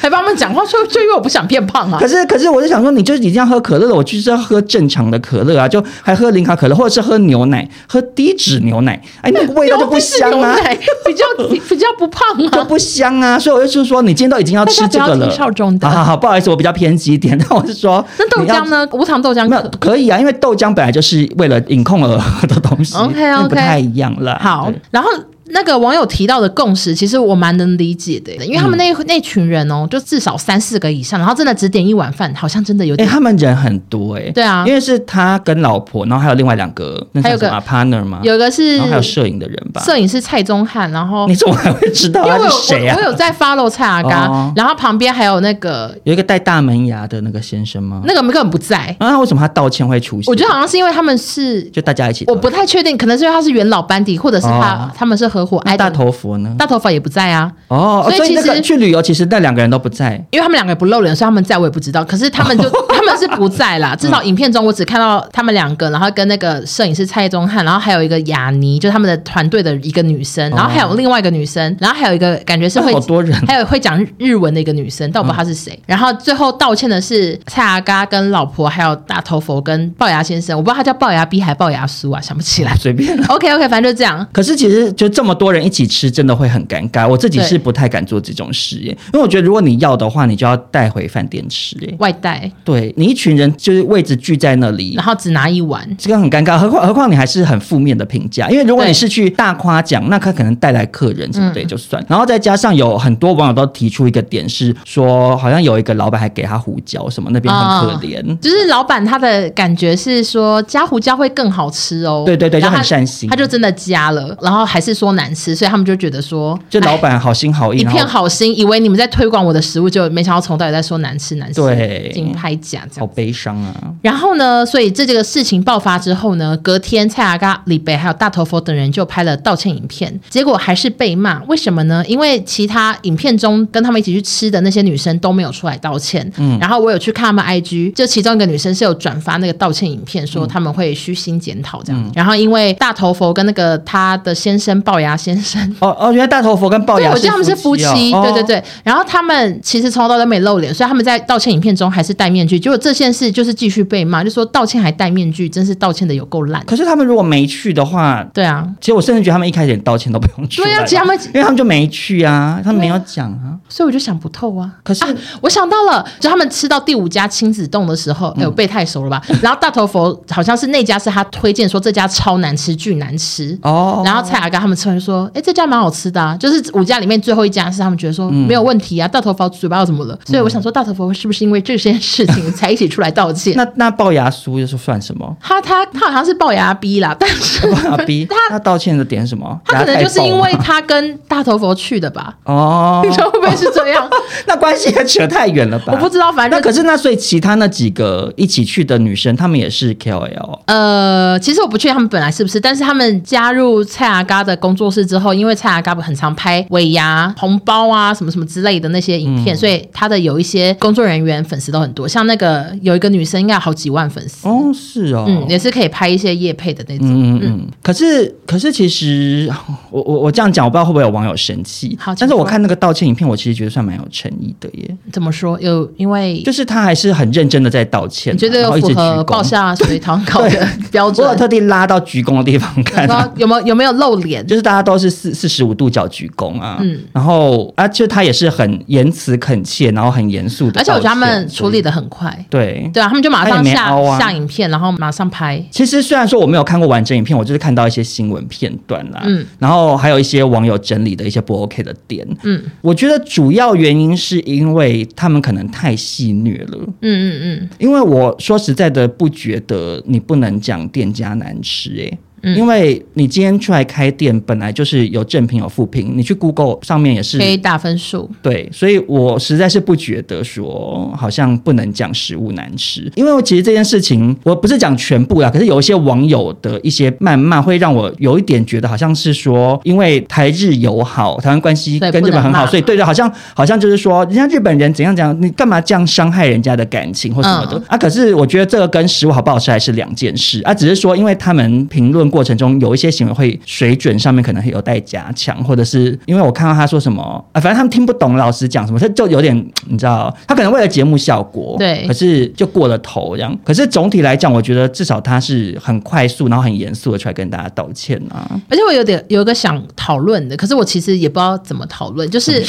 [SPEAKER 1] 还帮他们讲话说，就因为我不想变胖啊
[SPEAKER 3] 可。是可是我就想说，你就已经要喝可乐了，我就是要喝正常的可乐啊，就还喝零卡可乐，或者是喝牛奶，喝低脂牛奶，哎，那个味道就不 香
[SPEAKER 1] 牛
[SPEAKER 3] 啊。
[SPEAKER 1] 奶 比较比比较不胖
[SPEAKER 3] 就
[SPEAKER 1] 啊。
[SPEAKER 3] 不香啊，所以我就说你今天都已经要吃这
[SPEAKER 1] 大家
[SPEAKER 3] 个
[SPEAKER 1] 不要
[SPEAKER 3] 了，
[SPEAKER 1] 听少中的
[SPEAKER 3] 好好好，不好意思，我比较偏激一点， 但我是说
[SPEAKER 1] 那豆
[SPEAKER 3] 你要
[SPEAKER 1] 浆呢？无糖豆浆
[SPEAKER 3] 没
[SPEAKER 1] 可
[SPEAKER 3] 有可以啊，因为豆浆本来就是为了饮控而喝的东西
[SPEAKER 1] OK，OK
[SPEAKER 3] 那不太一样了。
[SPEAKER 1] 好
[SPEAKER 3] 对，
[SPEAKER 1] 然后那个网友提到的共识，其实我蛮能理解的，因为他们
[SPEAKER 3] 嗯
[SPEAKER 1] 那、那群人哦，就至少三四个以上，然后真的只点一碗饭，好像真的有
[SPEAKER 3] 哎、
[SPEAKER 1] 点。
[SPEAKER 3] 他们人很多哎、
[SPEAKER 1] 对啊
[SPEAKER 3] 因为是他跟老婆，然后还有另外两个，那
[SPEAKER 1] 还有
[SPEAKER 3] 叫什么啊 partner 吗？
[SPEAKER 1] 有一个是
[SPEAKER 3] 然后还有摄影的人吧？
[SPEAKER 1] 摄影师蔡宗翰，然后
[SPEAKER 3] 你怎么还会知道
[SPEAKER 1] 因为
[SPEAKER 3] 他
[SPEAKER 1] 我
[SPEAKER 3] 是
[SPEAKER 1] 有
[SPEAKER 3] 谁啊
[SPEAKER 1] 我？我有在 follow 蔡阿嘎，
[SPEAKER 3] 哦
[SPEAKER 1] 然后旁边还有那个
[SPEAKER 3] 有一个戴大门牙的那个先生吗？
[SPEAKER 1] 那个根本不在，
[SPEAKER 3] 啊，为什么他哦道歉会出现？
[SPEAKER 1] 我觉得好像是因为他们是
[SPEAKER 3] 就大家一起道
[SPEAKER 1] 我
[SPEAKER 3] 歉，
[SPEAKER 1] 不太确定，可能是因为他是元老班底，或者是他、
[SPEAKER 3] 哦
[SPEAKER 1] 他们是合伙。哎，
[SPEAKER 3] 大头佛呢？
[SPEAKER 1] 大头发也不在啊，
[SPEAKER 3] 哦，
[SPEAKER 1] 所以
[SPEAKER 3] 所以
[SPEAKER 1] 其
[SPEAKER 3] 那
[SPEAKER 1] 实
[SPEAKER 3] 个去旅游，其实那两个人都不在。
[SPEAKER 1] 因为他们两个也不露脸，所以他们在我也不知道。可是他们 就他们是不在
[SPEAKER 3] 嗯
[SPEAKER 1] 啦，至少影片中我只看到他们两个，然后跟那个摄影师蔡宗翰，然后还有一个雅尼，就是他们的团队的一个女生，然后还有
[SPEAKER 3] 哦
[SPEAKER 1] 另外一个女生，然后还有一个感觉是会
[SPEAKER 3] 好多人。
[SPEAKER 1] 还有会讲日文的一个女生，但我不知道她是谁。然后最后道歉的是蔡阿嘎跟老婆，还有大头佛跟龅牙先生，我不知道他叫龅牙逼还是龅牙叔啊，想不起来
[SPEAKER 3] 随 便。
[SPEAKER 1] OK OK，反正就这样。
[SPEAKER 3] 可是其实就这么多人一起吃，真的会很尴尬。我自己
[SPEAKER 1] 对
[SPEAKER 3] 是不太敢做这种事耶，因为我觉得如果你要的话，你就要带回饭店吃耶。
[SPEAKER 1] 外带，
[SPEAKER 3] 对你一群人就是位置聚在那里
[SPEAKER 1] 然。后只拿一碗。
[SPEAKER 3] 这个很尴尬，何况何况你还是很负面的评价，因为如果
[SPEAKER 1] 对嗯
[SPEAKER 3] 你是去大夸奖，那他可能带来客人什么的也就算，然后再加上有很多网友都提出一个点是说，好像有一个老板还给他胡椒什么，那边
[SPEAKER 1] 啊
[SPEAKER 3] 很可怜，
[SPEAKER 1] 就是老板他的感觉是说加胡椒会更好吃哦，
[SPEAKER 3] 对对对
[SPEAKER 1] 然后
[SPEAKER 3] 就很
[SPEAKER 1] 他
[SPEAKER 3] 善心
[SPEAKER 1] 他就真的加了，然后还是说难吃，所以他们就觉得说，
[SPEAKER 3] 就老板好心好
[SPEAKER 1] 哎
[SPEAKER 3] 意，
[SPEAKER 1] 一
[SPEAKER 3] 然后
[SPEAKER 1] 片好心，以为你们在推广我的食物，就没想到从头到尾在说难吃难吃，
[SPEAKER 3] 对
[SPEAKER 1] 竞拍价这
[SPEAKER 3] 好
[SPEAKER 1] 样。
[SPEAKER 3] 悲伤啊。
[SPEAKER 1] 然后呢，所以这这个事情爆发之后呢，隔天蔡阿嘎、李北还有大头佛等人就拍了道歉影片，结果还是被骂。为什么呢？因为其他影片中跟他们一起去吃的那些女生都没有出来道歉。嗯，然后我有去看他们 IG，就其中一个女生是有转发那个道歉影片，说他们会虚心检讨这样。然后因为大头佛跟那个他的先生龅牙。牙先生。
[SPEAKER 3] 哦哦，原来大头佛跟龅
[SPEAKER 1] 对，
[SPEAKER 3] 牙
[SPEAKER 1] 我记得他们是
[SPEAKER 3] 夫
[SPEAKER 1] 夫妻，
[SPEAKER 3] 哦
[SPEAKER 1] 对对。对。然后他们其实从头到尾都没露脸，所以他们在道歉影片中还是戴面具。结果这件事就是继续被骂，就说道歉还戴面具，真是道歉的有够烂。
[SPEAKER 3] 可是他们如果没去的话，
[SPEAKER 1] 对啊，
[SPEAKER 3] 其实我甚至觉得他们一开始连道歉都不用出
[SPEAKER 1] 对
[SPEAKER 3] 来
[SPEAKER 1] 啊，
[SPEAKER 3] 吧
[SPEAKER 1] 其实他们，
[SPEAKER 3] 因为他们就没去啊，他们没有讲啊。
[SPEAKER 1] 所以我就想不透啊。
[SPEAKER 3] 可是
[SPEAKER 1] 啊，我想到了，就他们吃到第五家亲子洞的时候，哎、我背太熟了吧？然后大头佛好像是那家是他推荐说这家超难吃，巨难吃。
[SPEAKER 3] 哦，
[SPEAKER 1] 然后蔡雅刚他们吃完就说：“哎、这家蛮好吃的、啊，就是五家里面最后一家是他们觉得说
[SPEAKER 3] 嗯
[SPEAKER 1] 没有问题啊，大头佛嘴巴又怎么了？”所以我想说，大头佛是不是因为这件事情才一起出来道歉？？
[SPEAKER 3] 那那龅牙叔又是算什么
[SPEAKER 1] 他他他好像是龅牙逼啦，但 是
[SPEAKER 3] 龅牙逼，
[SPEAKER 1] 他
[SPEAKER 3] 他道歉的点是什么？
[SPEAKER 1] 他可能就是因
[SPEAKER 3] 牙
[SPEAKER 1] 为
[SPEAKER 3] 太爆吗
[SPEAKER 1] 他跟大头佛去的吧？
[SPEAKER 3] 哦
[SPEAKER 1] 你，说会不会是这 样？
[SPEAKER 3] 那关系也扯太远了吧？
[SPEAKER 1] 我不知道，反
[SPEAKER 3] 那
[SPEAKER 1] 正
[SPEAKER 3] 可是那所以其他那几个一起去的女生，她们也是 KOL 哦
[SPEAKER 1] 呃，其实我不确定他们本来是不是，但是他们加入蔡阿嘎的工作室之后，因为蔡阿嘎很常拍尾牙、红包啊什么什么之类的那些影片，
[SPEAKER 3] 嗯
[SPEAKER 1] 所以他的有一些工作人员粉丝都很多。像那个有一个女生，应该有好几万粉丝，
[SPEAKER 3] 哦，是哦，
[SPEAKER 1] 嗯，也是可以拍一些夜配的那种。
[SPEAKER 3] 嗯嗯嗯。可是可是其实我我我这样讲，我不知道会不会有网友生气
[SPEAKER 1] 好。请
[SPEAKER 3] 但是我
[SPEAKER 1] 说
[SPEAKER 3] 看那个道歉影片，我其实觉得算蛮有诚意的耶，
[SPEAKER 1] 怎么说？有因为
[SPEAKER 3] 就是他还是很认真的在道歉
[SPEAKER 1] 你
[SPEAKER 3] 啊，
[SPEAKER 1] 觉得
[SPEAKER 3] 然
[SPEAKER 1] 有
[SPEAKER 3] 后一直
[SPEAKER 1] 符
[SPEAKER 3] 鞠
[SPEAKER 1] 合
[SPEAKER 3] 躬。
[SPEAKER 1] 报下水塘考的 标
[SPEAKER 3] 我有
[SPEAKER 1] 准？
[SPEAKER 3] 特地拉到鞠躬的地方看、啊。
[SPEAKER 1] 有没有有没有露 脸？
[SPEAKER 3] 就是大家都是四四十五度角鞠躬啊，
[SPEAKER 1] 嗯
[SPEAKER 3] 然后啊，就他也是很言辞恳切，然后很严肃的，
[SPEAKER 1] 而且我觉得他们处理
[SPEAKER 3] 的
[SPEAKER 1] 的很快，
[SPEAKER 3] 对
[SPEAKER 1] 对啊，他们就马
[SPEAKER 3] 他也
[SPEAKER 1] 上
[SPEAKER 3] 没
[SPEAKER 1] 下、
[SPEAKER 3] 凹啊
[SPEAKER 1] 下影片，然后马上拍。
[SPEAKER 3] 其实虽然说我没有看过完整影片，我就是看到一些新闻片段啦，
[SPEAKER 1] 嗯
[SPEAKER 3] 然后还有一些网友整理的一些不 OK 的点，
[SPEAKER 1] 嗯，
[SPEAKER 3] 我觉得主要原因是因为他们可能太戏虐了，
[SPEAKER 1] 嗯嗯嗯，
[SPEAKER 3] 因为我说实在的，不觉得你不能讲店家难吃、欸，
[SPEAKER 1] 嗯
[SPEAKER 3] 因为你今天出来开店，本来就是有正品有负评，你去 Google 上面也是
[SPEAKER 1] 可以打分数。
[SPEAKER 3] 对，所以我实在是不觉得说好像不能讲食物难吃，因为我其实这件事情我不是讲全部啦，可是有一些网友的一些谩骂会让我有一点觉得好像是说，因为台日友好，台湾关系
[SPEAKER 1] 对
[SPEAKER 3] 跟日本很
[SPEAKER 1] 不能骂
[SPEAKER 3] 好，所以对对，好像好像就是说人家日本人怎样怎样，你干嘛这样伤害人家的感情或什么的、
[SPEAKER 1] 嗯
[SPEAKER 3] 啊？可是我觉得这个跟食物好不好吃还是两件事啊，只是说因为他们评论过程中有一些行为会水准上面可能有待加强，或者是因为我看到他说什么啊，反正他们听不懂老师讲什么，他就有点你知道，他可能为了节目效果，
[SPEAKER 1] 对
[SPEAKER 3] 可是就过了头这样。可是总体来讲，我觉得至少他是很快速，然后很严肃的出来跟大家道歉啊。
[SPEAKER 1] 而且我有点有一个想讨论的，可是我其实也不知道怎么讨论，就是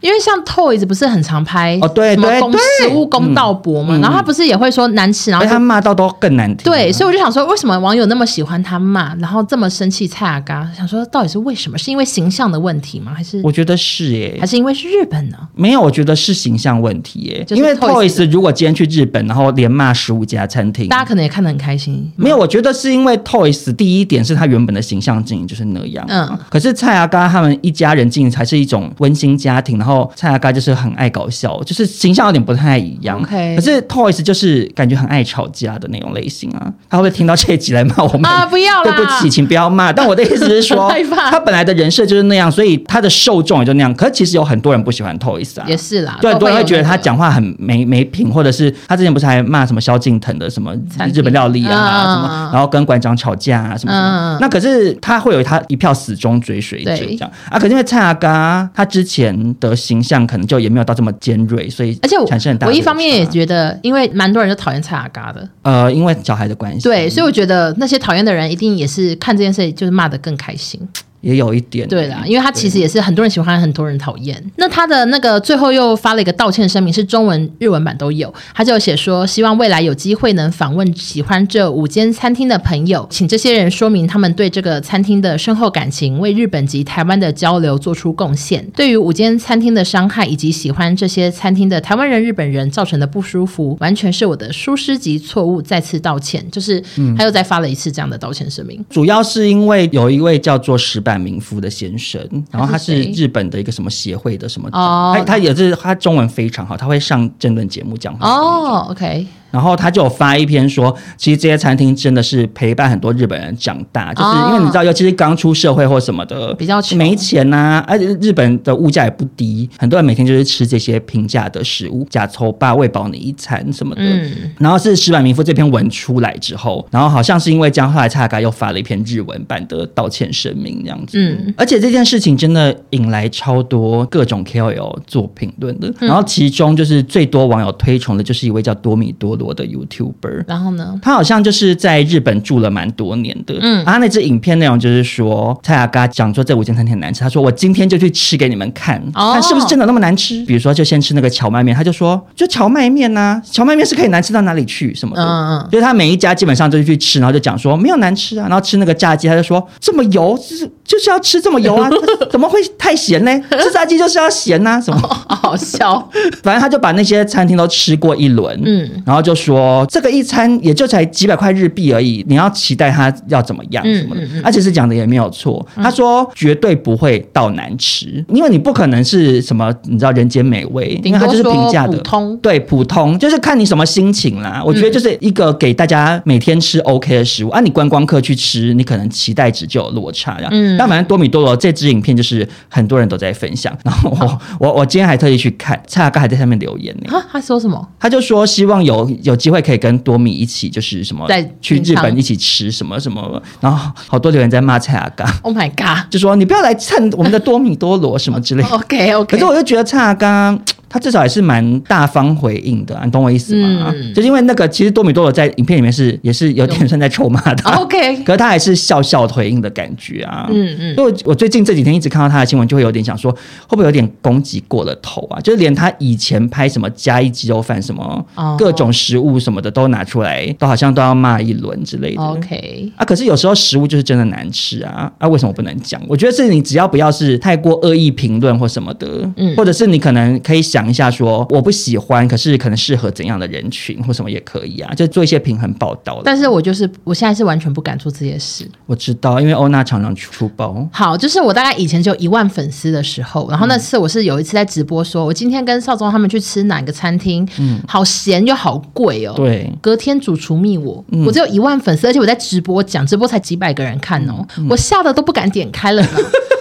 [SPEAKER 1] 因为像 Toys 不是很常拍
[SPEAKER 3] 哦对
[SPEAKER 1] 什么
[SPEAKER 3] 对
[SPEAKER 1] 公
[SPEAKER 3] 对
[SPEAKER 1] 食物公道博嘛，
[SPEAKER 3] 嗯嗯哎
[SPEAKER 1] 然后他不是也会说难吃，然后
[SPEAKER 3] 而且他
[SPEAKER 1] 就
[SPEAKER 3] 骂到都更难听啊、
[SPEAKER 1] 对，所以我就想说，为什么网友那么喜欢他骂，然后这么生气蔡雅嘎？想说到底是为什么？是因为形象的问题吗？还是
[SPEAKER 3] 我觉得是耶、
[SPEAKER 1] 还是因为是日本呢？
[SPEAKER 3] 没有，我觉得是形象问题耶、
[SPEAKER 1] 就是
[SPEAKER 3] 因为
[SPEAKER 1] Toys
[SPEAKER 3] Toys 如果今天去日本，然后连骂十五家餐厅，
[SPEAKER 1] 大家可能也看得很开心，
[SPEAKER 3] 没有，我觉得是因为 Toys 第一点是他原本的形象经营就是那样，
[SPEAKER 1] 嗯
[SPEAKER 3] 嗯，可是蔡阿嘎他们一家人经营才是一种温馨家庭，然后蔡阿嘎就是很爱搞笑，就是形象有点不太一样。
[SPEAKER 1] OK
[SPEAKER 3] 可是 Toys 就是感觉很爱吵架的那种类型啊，他会不会听到这一集来骂我们？
[SPEAKER 1] 啊不要啦
[SPEAKER 3] 对不起，请不要骂。但我的意思是说
[SPEAKER 1] 害怕，
[SPEAKER 3] 他本来的人设就是那样，所以他的受众也就那样。可是其实有很多人不喜欢 Toys 啊，
[SPEAKER 1] 也是啦，
[SPEAKER 3] 对，很多人
[SPEAKER 1] 都
[SPEAKER 3] 会觉得
[SPEAKER 1] 有那
[SPEAKER 3] 他
[SPEAKER 1] 个
[SPEAKER 3] 讲话很没没品，或者是他之前不是还骂什么萧敬腾的什么
[SPEAKER 1] 餐厅
[SPEAKER 3] 日本料理啊，
[SPEAKER 1] 嗯
[SPEAKER 3] 什么，然后跟馆长吵架啊，什么什么。
[SPEAKER 1] 嗯
[SPEAKER 3] 那可是他会有他一票死忠追随者
[SPEAKER 1] 对
[SPEAKER 3] 这样啊。可是因为蔡阿嘎他之前的形象可能就也没有到这么尖锐，所以
[SPEAKER 1] 而且我
[SPEAKER 3] 产生很大
[SPEAKER 1] 我
[SPEAKER 3] 的啊
[SPEAKER 1] 一方面也
[SPEAKER 3] 落差
[SPEAKER 1] 觉得，因为蛮多人就讨厌蔡雅嘎的，
[SPEAKER 3] 呃，因为小孩的关系，
[SPEAKER 1] 对，所以我觉得那些讨厌的人一定也是看这件事，就是骂得更开心。
[SPEAKER 3] 也有一点
[SPEAKER 1] 对啦，因为他其实也是很多人喜欢，很多人讨厌。那他的那个最后又发了一个道歉声明，是中文、日文版都有。他就有写说，希望未来有机会能访问喜欢这五间餐厅的朋友，请这些人说明他们对这个餐厅的深厚感情，为日本及台湾的交流做出贡献。对于五间餐厅的伤害以及喜欢这些餐厅的台湾人、日本人造成的不舒服，完全是我的疏失及错误，再次道歉。就是他又再发了一次这样的道歉声明。
[SPEAKER 3] 主要是因为有一位叫做石坂明夫的先生，然后他
[SPEAKER 1] 他
[SPEAKER 3] 是
[SPEAKER 1] 是谁
[SPEAKER 3] 日本的一个什么协会的什么长，
[SPEAKER 1] 哦
[SPEAKER 3] 他他也是他中文非常好，他会上政论节目讲话的那种。
[SPEAKER 1] 哦，OK，
[SPEAKER 3] 然后他就有发一篇说，其实这些餐厅真的是陪伴很多日本人长大，就是因为你知道，尤其是刚出社会或什么的，
[SPEAKER 1] 哦比较穷
[SPEAKER 3] 没钱呐、而且日本的物价也不低，很多人每天就是吃这些平价的食物，假愁吧喂饱你一餐什么的。
[SPEAKER 1] 嗯
[SPEAKER 3] 然后是石板民夫这篇文出来之后，然后好像是因为这样，后来蔡嘎又发了一篇日文版的道歉声明，这样子。
[SPEAKER 1] 嗯，
[SPEAKER 3] 而且这件事情真的引来超多各种 KOL 做评论的，
[SPEAKER 1] 嗯
[SPEAKER 3] 然后其中就是最多网友推崇的就是一位叫多米多罗的 YouTuber。
[SPEAKER 1] 然后呢？
[SPEAKER 3] 他好像就是在日本住了蛮多年的，
[SPEAKER 1] 嗯
[SPEAKER 3] 嗯，他那支影片内容就是说，蔡雅嘎讲说这五间餐厅很难吃，他说我今天就去吃给你们看，
[SPEAKER 1] 哦
[SPEAKER 3] 看是不是真的那么难吃。比如说就先吃那个荞麦面，他就说就荞麦面呐、荞麦面是可以难吃到哪里去什么的，
[SPEAKER 1] 嗯嗯
[SPEAKER 3] 就是他每一家基本上都是去吃，然后就讲说没有难吃啊，然后吃那个炸鸡，他就说这么油，就是就是要吃这么油啊， 这怎么会太咸呢？吃炸鸡就是要咸呐、什么？
[SPEAKER 1] 哦好 笑，
[SPEAKER 3] 反正他就把那些餐厅都吃过一轮，
[SPEAKER 1] 嗯
[SPEAKER 3] 嗯，然后就说这个一餐也就才几百块日币而已，你要期待它要怎么样
[SPEAKER 1] 嗯
[SPEAKER 3] 什么的
[SPEAKER 1] 嗯嗯，
[SPEAKER 3] 而且是讲的也没有错，他说绝对不会到难吃，因为你不可能是什么你知道人间美味，因
[SPEAKER 1] 顶
[SPEAKER 3] 为它
[SPEAKER 1] 多
[SPEAKER 3] 就是
[SPEAKER 1] 说
[SPEAKER 3] 平价的
[SPEAKER 1] 普。通。
[SPEAKER 3] 对，普通就是看你什么心情啦。
[SPEAKER 1] 嗯
[SPEAKER 3] 我觉得就是一个给大家每天吃 OK 的食物、啊，你观光客去吃，你可能期待值就有落差呀。
[SPEAKER 1] 嗯
[SPEAKER 3] 嗯，但反正多米多罗这支影片就是很多人都在分享， 然后我、我我今天还特意去看，蔡雅刚还在下面留言呢、
[SPEAKER 1] 啊，他说什么？
[SPEAKER 3] 他就说希望有有机会可以跟多米一起，就是什么
[SPEAKER 1] 在
[SPEAKER 3] 去日
[SPEAKER 1] 平常
[SPEAKER 3] 本一起吃什么什么，然后好多留言在骂蔡雅刚，
[SPEAKER 1] Oh my god！OK
[SPEAKER 3] 就说你不要来蹭我们的多米多罗什么之类的。
[SPEAKER 1] OK，,
[SPEAKER 3] 可是我就觉得蔡阿刚他至少也是蛮大方回应的啊、你懂我意思吗？
[SPEAKER 1] 嗯
[SPEAKER 3] 就是因为那个其实多米多罗在影片里面是也是有
[SPEAKER 1] 有
[SPEAKER 3] 点算在臭骂他、
[SPEAKER 1] 哦 OK，
[SPEAKER 3] 可是他还是笑笑回应的感觉啊。
[SPEAKER 1] 嗯嗯，
[SPEAKER 3] 所以我我最近这几天一直看到他的新闻，就会有点想说，会不会有点攻击过了头啊？就是连他以前拍什么嘉义鸡肉饭、什么
[SPEAKER 1] 哦
[SPEAKER 3] 各种食物什么的都拿出来，都好像都要骂一轮之类的。
[SPEAKER 1] 哦 OK，
[SPEAKER 3] 啊，可是有时候食物就是真的难吃啊！啊，为什么不能讲？我觉得是你只要不要是太过恶意评论或什么的，
[SPEAKER 1] 嗯
[SPEAKER 3] 或者是你可能可以想一下说我不喜欢，可是可能适合怎样的人群或什么也可以啊，就做一些平衡报道了。
[SPEAKER 1] 但是我就是我现在是完全不敢做这些事。
[SPEAKER 3] 我知道，因为欧娜常常出出包，
[SPEAKER 1] 好，就是我大概以前只有一万粉丝的时候，然后那次我是有一次在直播说，我今天跟邵宗他们去吃哪个餐厅，好咸又好贵哦。。
[SPEAKER 3] 嗯对，嗯
[SPEAKER 1] 隔天主厨密我，我只有一万粉丝，而且我在直播讲，直播才几百个人看哦，
[SPEAKER 3] 嗯
[SPEAKER 1] 我吓得都不敢点开了呢。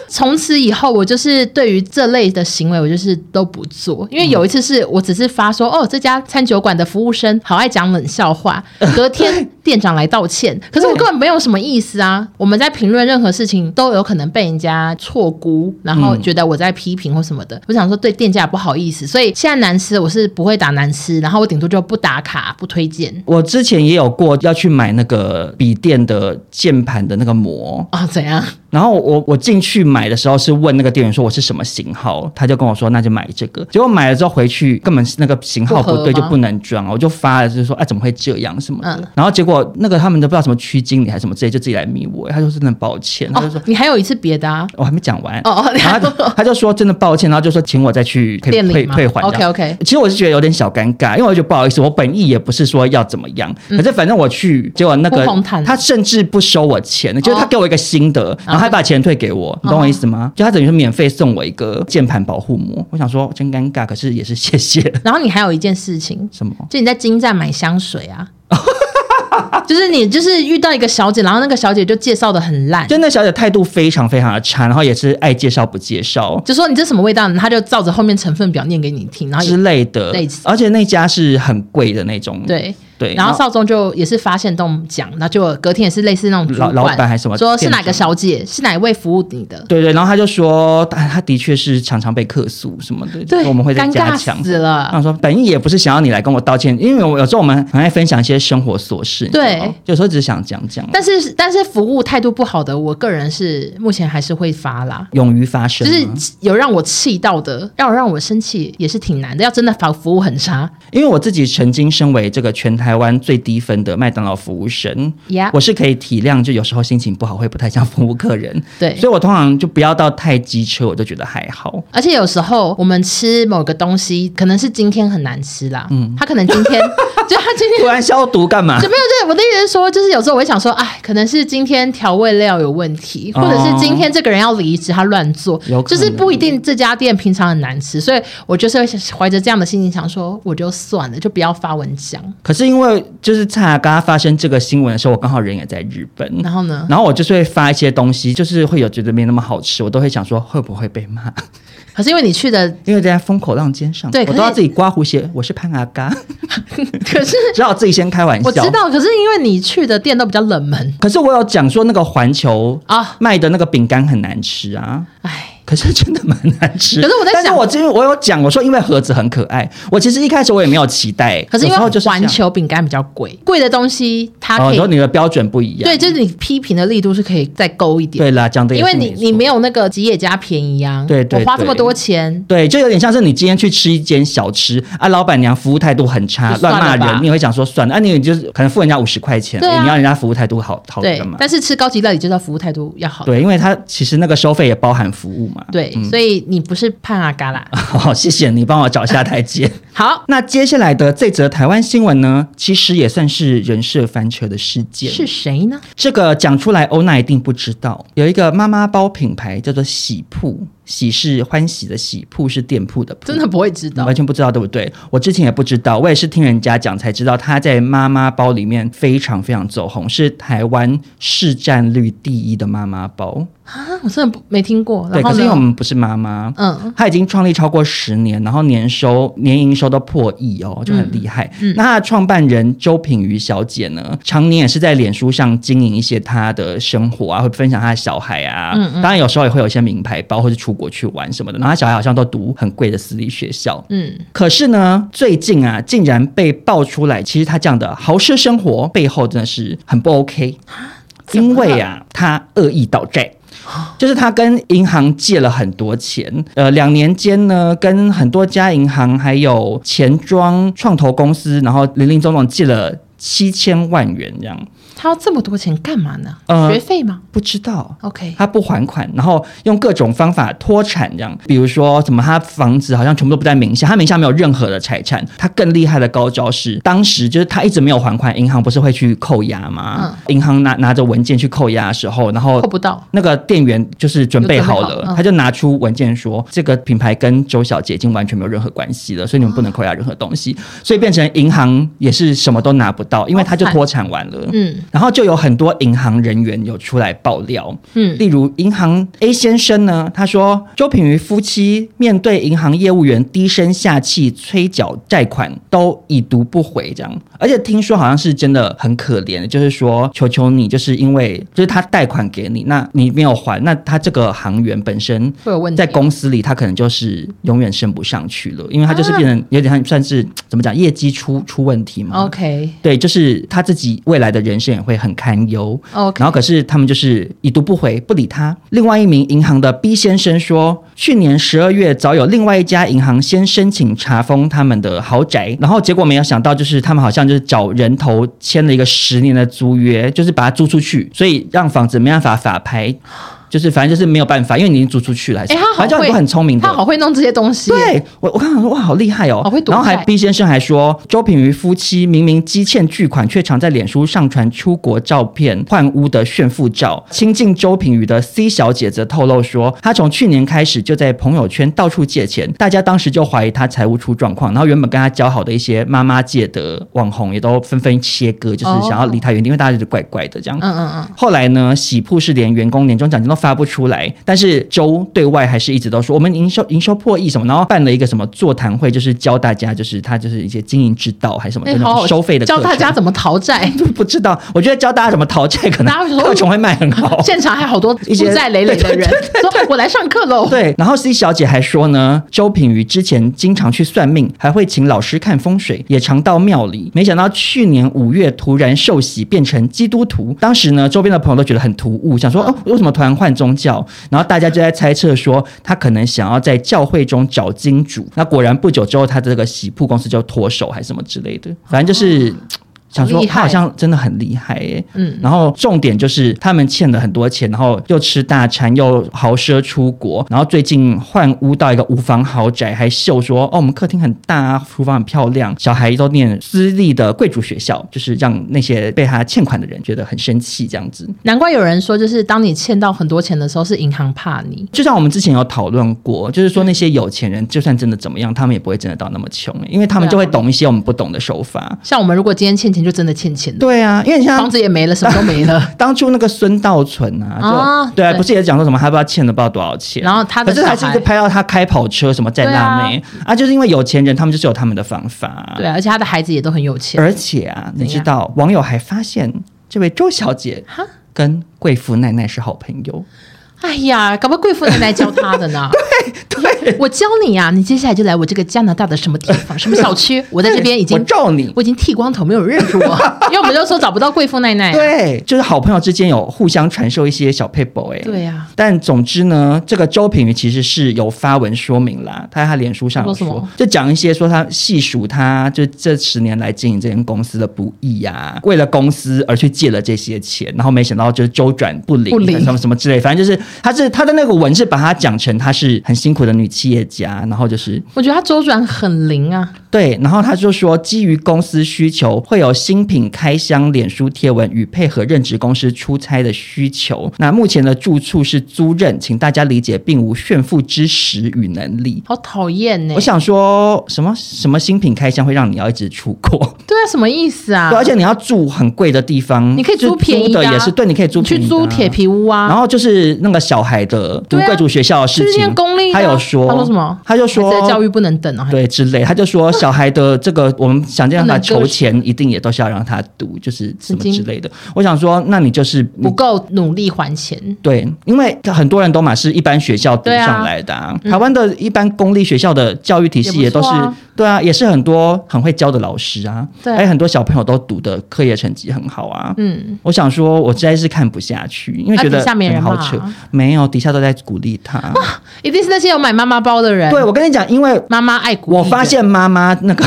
[SPEAKER 1] 从此以后，我就是对于这类的行为，我就是都不做。因为有一次是我只是发说，哦，这家餐酒馆的服务生好爱讲冷笑 话，隔天店长来道歉，可是我根本没有什么意思啊。我们在评论任何事情，都有可能被人家错估，然后觉得我在批评或什么的。我想说对店家不好意思，所以现在难吃我是不会打难吃，然后我顶多就不打卡、不推荐。
[SPEAKER 3] 我之前也有过要去买那个笔电的键盘的那个膜，
[SPEAKER 1] 哦，怎样？
[SPEAKER 3] 然后我我进去买的时候是问那个店员说我是什么型号，他就跟我说那就买这个。结果买了之后回去根本是那个型号不对
[SPEAKER 1] 不合
[SPEAKER 3] 就
[SPEAKER 1] 吗
[SPEAKER 3] 不能装，我就发了就是说哎怎么会这样什么的。
[SPEAKER 1] 嗯
[SPEAKER 3] 然后结果那个他们都不知道什么区经理还是什么之类就自己来迷我，他就说真的抱歉，他就说。
[SPEAKER 1] 哦，你还有一次别的啊？
[SPEAKER 3] 我还没讲完
[SPEAKER 1] 哦哦你
[SPEAKER 3] 然
[SPEAKER 1] 还
[SPEAKER 3] 后他就他就说真的抱歉，然后就说请我再去可以
[SPEAKER 1] 店里
[SPEAKER 3] 退
[SPEAKER 1] 吗
[SPEAKER 3] 退还这样。
[SPEAKER 1] ？OK OK，
[SPEAKER 3] 其实我是觉得有点小尴尬，因为我就不好意思，我本意也不是说要怎么样，可是反正我去，结果那个
[SPEAKER 1] 嗯不红毯哦
[SPEAKER 3] 他甚至不收我钱，就是他给我一个新的，然后还把钱退给我，你懂我意思
[SPEAKER 1] 哦
[SPEAKER 3] 吗？就他等于是免费送我一个键盘保护膜，我想说真尴尬，可是也是谢谢
[SPEAKER 1] 然后你还有一件事情，
[SPEAKER 3] 什么。
[SPEAKER 1] 就你在金站买香水啊， 就是你就是遇到一个小姐，然后那个小姐就介绍的很烂，
[SPEAKER 3] 就那小姐态度非常非常的差，然后也是爱介绍不介绍，
[SPEAKER 1] 就说你这什么味道，她就照着后面成分表念给你听，然后也
[SPEAKER 3] 之类的
[SPEAKER 1] 类似，
[SPEAKER 3] 而且那家是很贵的那种，
[SPEAKER 1] 对。
[SPEAKER 3] 对，
[SPEAKER 1] 然后少宗就也是发现动讲，然后就隔天也是类似那种主管
[SPEAKER 3] 老老板还是什么
[SPEAKER 1] 说是哪
[SPEAKER 3] 店
[SPEAKER 1] 个
[SPEAKER 3] 长
[SPEAKER 1] 小姐，是哪一位服务你的，
[SPEAKER 3] 对对，然后他就说，他他的确是常常被客诉什么的，
[SPEAKER 1] 对，
[SPEAKER 3] 我们会再
[SPEAKER 1] 尴
[SPEAKER 3] 加
[SPEAKER 1] 尬
[SPEAKER 3] 强。嗯
[SPEAKER 1] 死了
[SPEAKER 3] 他，说：“本意也不是想要你来跟我道歉，因为我有时候我们很爱分享一些生活琐事，你知道
[SPEAKER 1] 对
[SPEAKER 3] 吗有时候只是想讲讲，啊
[SPEAKER 1] 但是但是服务态度不好的，我个人是目前还是会发啦。
[SPEAKER 3] 勇于发声啊
[SPEAKER 1] 就
[SPEAKER 3] 嘛。
[SPEAKER 1] 是有让我气到的，要让我生气也是挺难的，要真的服服务很差。
[SPEAKER 3] 因为我自己曾经身为这个全台湾最低分的麦当劳服务生
[SPEAKER 1] Yeah
[SPEAKER 3] 我是可以体谅，就有时候心情不好会不太想服务客人，
[SPEAKER 1] 对
[SPEAKER 3] 所以我通常就不要到太机车，我就觉得还好。
[SPEAKER 1] 而 且有时候我们吃某个东西，可能是今天很难吃啦，嗯，他可能今天就他今
[SPEAKER 3] 突
[SPEAKER 1] 天。
[SPEAKER 3] 然啊消毒干嘛
[SPEAKER 1] 就？没有，就是我的意思是说，就是有时候我会想说，哎，可能是今天调味料有问题，
[SPEAKER 3] 哦
[SPEAKER 1] 或者是今天这个人要离职，他乱做
[SPEAKER 3] 有，可
[SPEAKER 1] 就
[SPEAKER 3] 能
[SPEAKER 1] 是不一定这家店平常很难吃，所以我就是会怀着这样的心情想说，我就算了，就不要发文章。
[SPEAKER 3] 可是因为就是蔡刚发生这个新闻的时候，我刚好人也在日本，
[SPEAKER 1] 然后呢？
[SPEAKER 3] 然后我就是会发一些东西，就是会有觉得没那么好吃，我都会想说会不会被骂，
[SPEAKER 1] 可是因为你 去的，
[SPEAKER 3] 因为在风口浪尖上，
[SPEAKER 1] 对
[SPEAKER 3] 我
[SPEAKER 1] 可
[SPEAKER 3] 都
[SPEAKER 1] 是
[SPEAKER 3] 要自己刮胡须，我是潘阿嘎，
[SPEAKER 1] 可是
[SPEAKER 3] 只好自己先开玩笑。
[SPEAKER 1] 我知道，可是因为你去的店都比较冷门
[SPEAKER 3] 可是我有讲说那个环球
[SPEAKER 1] 啊，
[SPEAKER 3] 卖的那个饼干很难吃啊，
[SPEAKER 1] 哎，
[SPEAKER 3] 可是真的蛮难吃。
[SPEAKER 1] 可是我在
[SPEAKER 3] 但是
[SPEAKER 1] 想
[SPEAKER 3] 我真我有讲，我说因为盒子很可爱，我其实一开始我也没有期待，
[SPEAKER 1] 可是因
[SPEAKER 3] 有时候
[SPEAKER 1] 为
[SPEAKER 3] 就是这样
[SPEAKER 1] 环球饼干比较贵，贵的东西它
[SPEAKER 3] 哦，
[SPEAKER 1] 可以、
[SPEAKER 3] 然后你的标准不一样，
[SPEAKER 1] 对，就是你批评的力度是可以再高一点，
[SPEAKER 3] 对啦，讲的也
[SPEAKER 1] 因
[SPEAKER 3] 是
[SPEAKER 1] 为你你
[SPEAKER 3] 错
[SPEAKER 1] 没有那个吉野家便宜啊，
[SPEAKER 3] 对对
[SPEAKER 1] 我花这
[SPEAKER 3] 对
[SPEAKER 1] 么多钱，
[SPEAKER 3] 对，就有点像是你今天去吃一间小吃啊，老板娘服务态度很差，
[SPEAKER 1] 就算
[SPEAKER 3] 乱
[SPEAKER 1] 了
[SPEAKER 3] 骂
[SPEAKER 1] 吧
[SPEAKER 3] 人，你也会想说算了啊，你就是可能付人家五十块钱，
[SPEAKER 1] 对啊
[SPEAKER 3] 你要人家服务态度好好
[SPEAKER 1] 对
[SPEAKER 3] 干嘛，？
[SPEAKER 1] 但是吃高级料理就是要服务态度要好，
[SPEAKER 3] 对，因为他其实那个收费也包含服务嘛。
[SPEAKER 1] 对，所以你不是胖啊嘎啦，
[SPEAKER 3] 好、谢谢你帮我找下台阶。
[SPEAKER 1] 好
[SPEAKER 3] 那接下来的这则台湾新闻呢，其实也算是人设翻车的事件。
[SPEAKER 1] 是谁呢？
[SPEAKER 3] 这个讲出来，欧娜一定不知道。有一个妈妈包品牌叫做喜铺，喜是欢喜的喜，铺是店铺的铺。
[SPEAKER 1] 真的不会知道
[SPEAKER 3] 完，全不知道，对不对？我之前也不知道，我也是听人家讲才知道，他在妈妈包里面非常非常走红，是台湾市占率第一的妈妈包。
[SPEAKER 1] 啊我真的不没听过，
[SPEAKER 3] 对，
[SPEAKER 1] 然
[SPEAKER 3] 可
[SPEAKER 1] 后
[SPEAKER 3] 是因为我
[SPEAKER 1] 呢？
[SPEAKER 3] 们不是妈妈。
[SPEAKER 1] 嗯，
[SPEAKER 3] 他已经创立超过十年，然后年收年营收都破亿哦，就很厉害。那他的创办人周品瑜小姐呢，常年也是在脸书上经营一些她的生活啊，会分享她的小孩啊。当然有时候也会有一些名牌包，或是出国去玩什么的。然后她小孩好像都读很贵的私立学校。
[SPEAKER 1] 嗯，
[SPEAKER 3] 可是呢，最近啊，竟然被爆出来，其实他这样的豪奢生活背后真的是很不 OK，
[SPEAKER 1] 怎么
[SPEAKER 3] 因
[SPEAKER 1] 了
[SPEAKER 3] 为啊，他恶意倒债。就是他跟银行借了很多钱，呃，两年间呢，跟很多家银行还有钱庄创投公司，然后零零总总借了七千万元这样，
[SPEAKER 1] 他要这么多钱干嘛呢？
[SPEAKER 3] 呃
[SPEAKER 1] 学费吗
[SPEAKER 3] 不知道
[SPEAKER 1] ？OK，
[SPEAKER 3] 他不还款，然后用各种方法脱产，这样，比如说什么他房子好像全部都不在名下，他名下没有任何的财产。他更厉害的高招是，当时就是他一直没有还款，银行不是会去扣押吗？
[SPEAKER 1] 嗯
[SPEAKER 3] 银行拿拿着文件去扣押的时候，然后
[SPEAKER 1] 扣不到，
[SPEAKER 3] 那个店员就是准备好
[SPEAKER 1] 哦有准
[SPEAKER 3] 了
[SPEAKER 1] 备，好嗯
[SPEAKER 3] 他就拿出文件说，这个品牌跟周小姐已经完全没有任何关系了，所以你们不能扣押任何东西，所以变成银行也是什么都拿不到，因为他就
[SPEAKER 1] 好惨
[SPEAKER 3] 脱产完了。
[SPEAKER 1] 嗯
[SPEAKER 3] 然后就有很多银行人员有出来爆料，
[SPEAKER 1] 嗯，
[SPEAKER 3] 例如，银行 A 先生呢，他说周品瑜夫妻面对银行业务员低声下气催缴债款，都已读不回这样。而且听说好像是真的很可怜，就是说求求你，就是因为就是他贷款给你，那你没有还，那他这个行员本身。
[SPEAKER 1] 会有问题，
[SPEAKER 3] 在公司里，他可能就是永远升不上去了，因为他就是变成有点像算是怎么讲，业绩出出问题
[SPEAKER 1] 哦
[SPEAKER 3] 嘛。
[SPEAKER 1] OK
[SPEAKER 3] 对，就是他自己未来的人生也会很堪忧。
[SPEAKER 1] OK，
[SPEAKER 3] 然后可是他们就是已读不回，不理他。另外一名银行的 B 先生说，去年十二月早有另外一家银行先申请查封他们的豪宅，然后结果没有想到就是他们好像就是找人头签了一个十年的租约，就是把它租出去，所以让房子没办法法拍，就是反正就是没有办法，因为你已经租出去了。
[SPEAKER 1] 哎他好
[SPEAKER 3] 反正
[SPEAKER 1] 会
[SPEAKER 3] 很聪明的，
[SPEAKER 1] 他好会弄这些东西，，
[SPEAKER 3] 对我，我看到哇，好厉害哦！
[SPEAKER 1] 好会躲
[SPEAKER 3] 然后还
[SPEAKER 1] 债
[SPEAKER 3] B 先生还说，周品瑜夫妻明明积欠巨款，却常在脸书上传出国照片、换屋的炫富照。亲近周品瑜的 C 小姐则透露说，她从去年开始就在朋友圈到处借钱，大家当时就怀疑她财务出状况。然后原本跟她交好的一些妈妈界的网红也都纷纷切割，就是想要离她远点，因为大家觉得怪怪的这样。
[SPEAKER 1] 嗯嗯嗯。
[SPEAKER 3] 后来呢，喜铺是连员工年终奖金都发不出来，但是周对外还是一直都说我们营收营收破亿什么，然后办了一个什么座谈会，就是教大家就是他就是一些经营之道还是什么
[SPEAKER 1] 哎、
[SPEAKER 3] 那
[SPEAKER 1] 好
[SPEAKER 3] 种
[SPEAKER 1] 好
[SPEAKER 3] 收费的课
[SPEAKER 1] 教
[SPEAKER 3] 程。
[SPEAKER 1] 大家怎么逃债，
[SPEAKER 3] 不知道，我觉得教大家怎么逃债，可能
[SPEAKER 1] 大家会说
[SPEAKER 3] 课程会卖很好。
[SPEAKER 1] 现场还好多负
[SPEAKER 3] 一些
[SPEAKER 1] 债累累的人说：“哎我来上课喽。”，
[SPEAKER 3] 对，然后 C 小姐还说呢，周品瑜之前经常去算命，还会请老师看风水，也常到庙里。没想到去年五月突然受洗变成基督徒，当时呢，周边的朋友都觉得很突兀，想说哦，为什么突然换宗教？然后大家就在猜测说，他可能想要在教会中找金主。那果然不久之后，他这个洗铺公司就脱手还是什么之类的，反正就是。想说
[SPEAKER 1] 厉害
[SPEAKER 3] 他好像真的很厉害耶。
[SPEAKER 1] 嗯
[SPEAKER 3] 然后重点就是他们欠了很多钱，然后又吃大餐，又豪奢出国，然后最近换屋到一个五房豪宅，还秀说哦，我们客厅很大啊，厨房很漂亮，小孩都念私立的贵族学校，就是让那些被他欠款的人觉得很生气这样子。
[SPEAKER 1] 难怪有人说，就是当你欠到很多钱的时候，是银行怕你。
[SPEAKER 3] 就像我们之前有讨论过，就是说那些有钱人，就算真的怎么样，他们也不会真的到那么穷，因为他们就
[SPEAKER 1] 啊
[SPEAKER 3] 会懂一些我们不懂的手法。
[SPEAKER 1] 像我们如果今天欠钱，就真的欠钱了，
[SPEAKER 3] 对啊，因为像。
[SPEAKER 1] 房子也没了，什么都没了
[SPEAKER 3] 当初那个孙道存啊，就、
[SPEAKER 1] 啊
[SPEAKER 3] 对啊，
[SPEAKER 1] 对
[SPEAKER 3] 不是也讲说什么他不知道欠了不知道多少钱，
[SPEAKER 1] 然后他的
[SPEAKER 3] 可是还是
[SPEAKER 1] 小
[SPEAKER 3] 一
[SPEAKER 1] 孩
[SPEAKER 3] 直拍到他开跑车什么在辣妹啊就是因为有钱人他们就是有他们的方法，
[SPEAKER 1] 对、啊，而且他的孩子也都很有钱。
[SPEAKER 3] 而且啊，你
[SPEAKER 1] 怎
[SPEAKER 3] 知
[SPEAKER 1] 样
[SPEAKER 3] 道网友还发现这位周小姐
[SPEAKER 1] 哈
[SPEAKER 3] 跟贵妇奶奶是好朋友，
[SPEAKER 1] 哎呀，搞不好贵妇奶奶教他的 呢。对 对，我教你呀、你接下来就来我这个加拿大的什么地方、什么小区，我在这边已经
[SPEAKER 3] 我罩你。
[SPEAKER 1] 我已经剃光头，没有人认出我，因为我们就说找不到贵妇奶奶、啊。
[SPEAKER 3] 对，就是好朋友之间有互相传授一些小 paper 哎、
[SPEAKER 1] 对呀、
[SPEAKER 3] 但总之呢，这个周品瑜其实是有发文说明啦，他在他脸书上有
[SPEAKER 1] 他说什
[SPEAKER 3] 说
[SPEAKER 1] 么，
[SPEAKER 3] 就讲一些说他细数他就这十年来经营这间公司的不易呀、为了公司而去借了这些钱，然后没想到就是周转不灵，
[SPEAKER 1] 不灵
[SPEAKER 3] 什么什么之类，反正就是他是他的那个文是把他讲成他是很辛苦的女企业家，然后就是
[SPEAKER 1] 我觉得他周转很灵啊，
[SPEAKER 3] 对，然后他就说，基于公司需求，会有新品开箱、脸书贴文与配合任职公司出差的需求。那目前的住处是租任，请大家理解，并无炫富之实与能力。
[SPEAKER 1] 好讨厌呢、
[SPEAKER 3] 我想说什么什么新品开箱会让你要一直出国，
[SPEAKER 1] 对啊，什么意思啊？
[SPEAKER 3] 对，而且你要住很贵的地方，
[SPEAKER 1] 你可以
[SPEAKER 3] 就
[SPEAKER 1] 租便宜
[SPEAKER 3] 租的
[SPEAKER 1] 啊
[SPEAKER 3] 也是对，你可以租
[SPEAKER 1] 你去
[SPEAKER 3] 便宜的
[SPEAKER 1] 租
[SPEAKER 3] 啊
[SPEAKER 1] 铁。皮屋啊，
[SPEAKER 3] 然后就是那个小孩的读
[SPEAKER 1] 对啊
[SPEAKER 3] 贵族学校的事
[SPEAKER 1] 就是
[SPEAKER 3] 情，
[SPEAKER 1] 念公立的
[SPEAKER 3] 他
[SPEAKER 1] 啊、
[SPEAKER 3] 有说，
[SPEAKER 1] 他说什么？
[SPEAKER 3] 他就
[SPEAKER 1] 孩
[SPEAKER 3] 说
[SPEAKER 1] 子的教育不能等哦，还
[SPEAKER 3] 对之类，他就说小孩的这个，我们想尽办法筹钱，一定也都是要让他读，就是什么之类的。我想说，那你就是
[SPEAKER 1] 不够努力还钱。
[SPEAKER 3] 对，因为很多人都嘛是一般学校读
[SPEAKER 1] 对啊
[SPEAKER 3] 上来的、啊，台湾的一般公立学校的教育体系也都是
[SPEAKER 1] 也不错啊
[SPEAKER 3] 对啊，也是很多很会教的老师啊，
[SPEAKER 1] 对
[SPEAKER 3] 还有很多小朋友都读的课业成绩很好啊。
[SPEAKER 1] 嗯，
[SPEAKER 3] 我想说，我实在是看不下去，因为觉
[SPEAKER 1] 那
[SPEAKER 3] 得
[SPEAKER 1] 底下没人
[SPEAKER 3] 很好
[SPEAKER 1] 骂啊
[SPEAKER 3] 扯，没有，底下都在鼓励他。
[SPEAKER 1] 一定是那些有买妈妈包的人，
[SPEAKER 3] 对，我跟你讲，因为
[SPEAKER 1] 妈妈爱鼓励
[SPEAKER 3] 我
[SPEAKER 1] 的
[SPEAKER 3] 发现妈妈那 个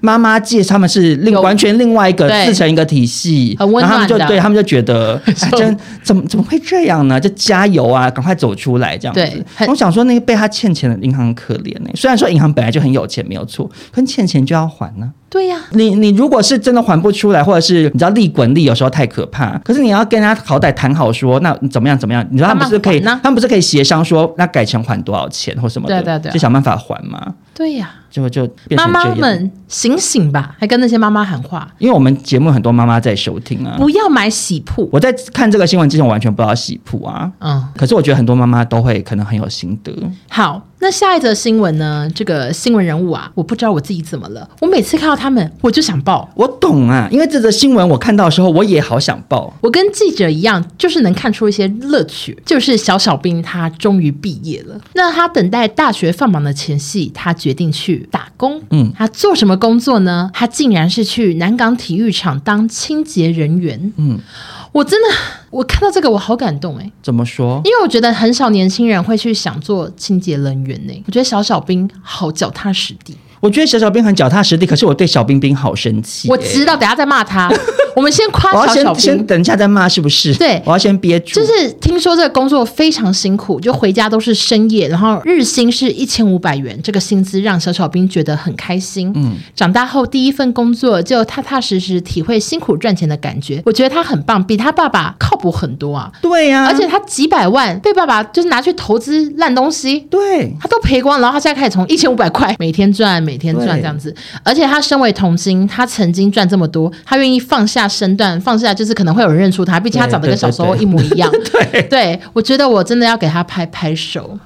[SPEAKER 3] 妈妈界他们是另
[SPEAKER 1] 有
[SPEAKER 3] 完全另外一个
[SPEAKER 1] 对
[SPEAKER 3] 自成一个体系，
[SPEAKER 1] 很温
[SPEAKER 3] 然后他们
[SPEAKER 1] 暖
[SPEAKER 3] 就
[SPEAKER 1] 的
[SPEAKER 3] 对他们就觉 得哎
[SPEAKER 1] 说
[SPEAKER 3] 真怎么怎么会这样呢？就加油啊，赶快走出来这样
[SPEAKER 1] 对
[SPEAKER 3] 子。
[SPEAKER 1] 很
[SPEAKER 3] 我想说那个被他欠钱的银行很可怜呢、虽然说银行本来就很有钱没有错，可是欠钱就要还呢、
[SPEAKER 1] 对呀、
[SPEAKER 3] 你你如果是真的还不出来，或者是你知道利滚利有时候太可怕，可是你要跟他好歹谈好说，那怎么样怎么样？你知道他们不是可以，
[SPEAKER 1] 慢慢还呢啊
[SPEAKER 3] 他们不是可以协商说，那改成还多少钱或什么的，
[SPEAKER 1] 对对对
[SPEAKER 3] 就想办法还嘛。
[SPEAKER 1] 对呀、
[SPEAKER 3] 结果就变
[SPEAKER 1] 妈
[SPEAKER 3] 成这样
[SPEAKER 1] 妈们醒醒吧，还跟那些妈妈喊话，
[SPEAKER 3] 因为我们节目很多妈妈在收听啊。
[SPEAKER 1] 不要买洗铺。
[SPEAKER 3] 我在看这个新闻之前，我完全不知道喜铺啊。
[SPEAKER 1] 嗯，
[SPEAKER 3] 可是我觉得很多妈妈都会可能很有心得，
[SPEAKER 1] 好，那下一则新闻呢？这个新闻人物啊，我不知道我自己怎么了，我每次看到他们，我就想爆。
[SPEAKER 3] 我懂啊，因为这则新闻我看到的时候，我也好想报。
[SPEAKER 1] 我跟记者一样，就是能看出一些乐趣。就是小小兵他终于毕业了，那他等待大学放榜的前夕，他决定去打工。
[SPEAKER 3] 嗯，
[SPEAKER 1] 他做什么工作呢？他竟然是去南港体育场当清洁人员。
[SPEAKER 3] 嗯，
[SPEAKER 1] 我真的，我看到这个我好感动哎、
[SPEAKER 3] 怎么说？
[SPEAKER 1] 因为我觉得很少年轻人会去想做清洁人员呢、欸我觉得小小兵好脚踏实地。
[SPEAKER 3] 我觉得小小兵很脚踏实地，可是我对小冰冰好生气、
[SPEAKER 1] 我知
[SPEAKER 3] 道，
[SPEAKER 1] 道，等一下再骂他。我们先夸
[SPEAKER 3] 我要
[SPEAKER 1] 小
[SPEAKER 3] 先
[SPEAKER 1] 小兵
[SPEAKER 3] 先。等一下再骂是不是？
[SPEAKER 1] 对
[SPEAKER 3] 我要先憋住。
[SPEAKER 1] 就是听说这个工作非常辛苦，就回家都是深夜，然后日薪是一千五百元，这个薪资让小小兵觉得很开心。嗯，长大后第一份工作就踏踏实实体会辛苦赚钱的感觉，我觉得他很棒，比他爸爸靠谱很多啊！
[SPEAKER 3] 对呀、
[SPEAKER 1] 而且他几百万被爸爸就是拿去投资烂东西，
[SPEAKER 3] 对
[SPEAKER 1] 他都赔光，然后他现在开始从一千五百块每天赚，每天赚
[SPEAKER 3] 对
[SPEAKER 1] 这样子。而且他身为童星，他曾经赚这么多，他愿意放下身段，放下就是可能会有人认出他，毕竟他
[SPEAKER 3] 对
[SPEAKER 1] 长得跟
[SPEAKER 3] 对
[SPEAKER 1] 小时候
[SPEAKER 3] 对
[SPEAKER 1] 一模一样。对，我觉得我真的要给他拍拍手。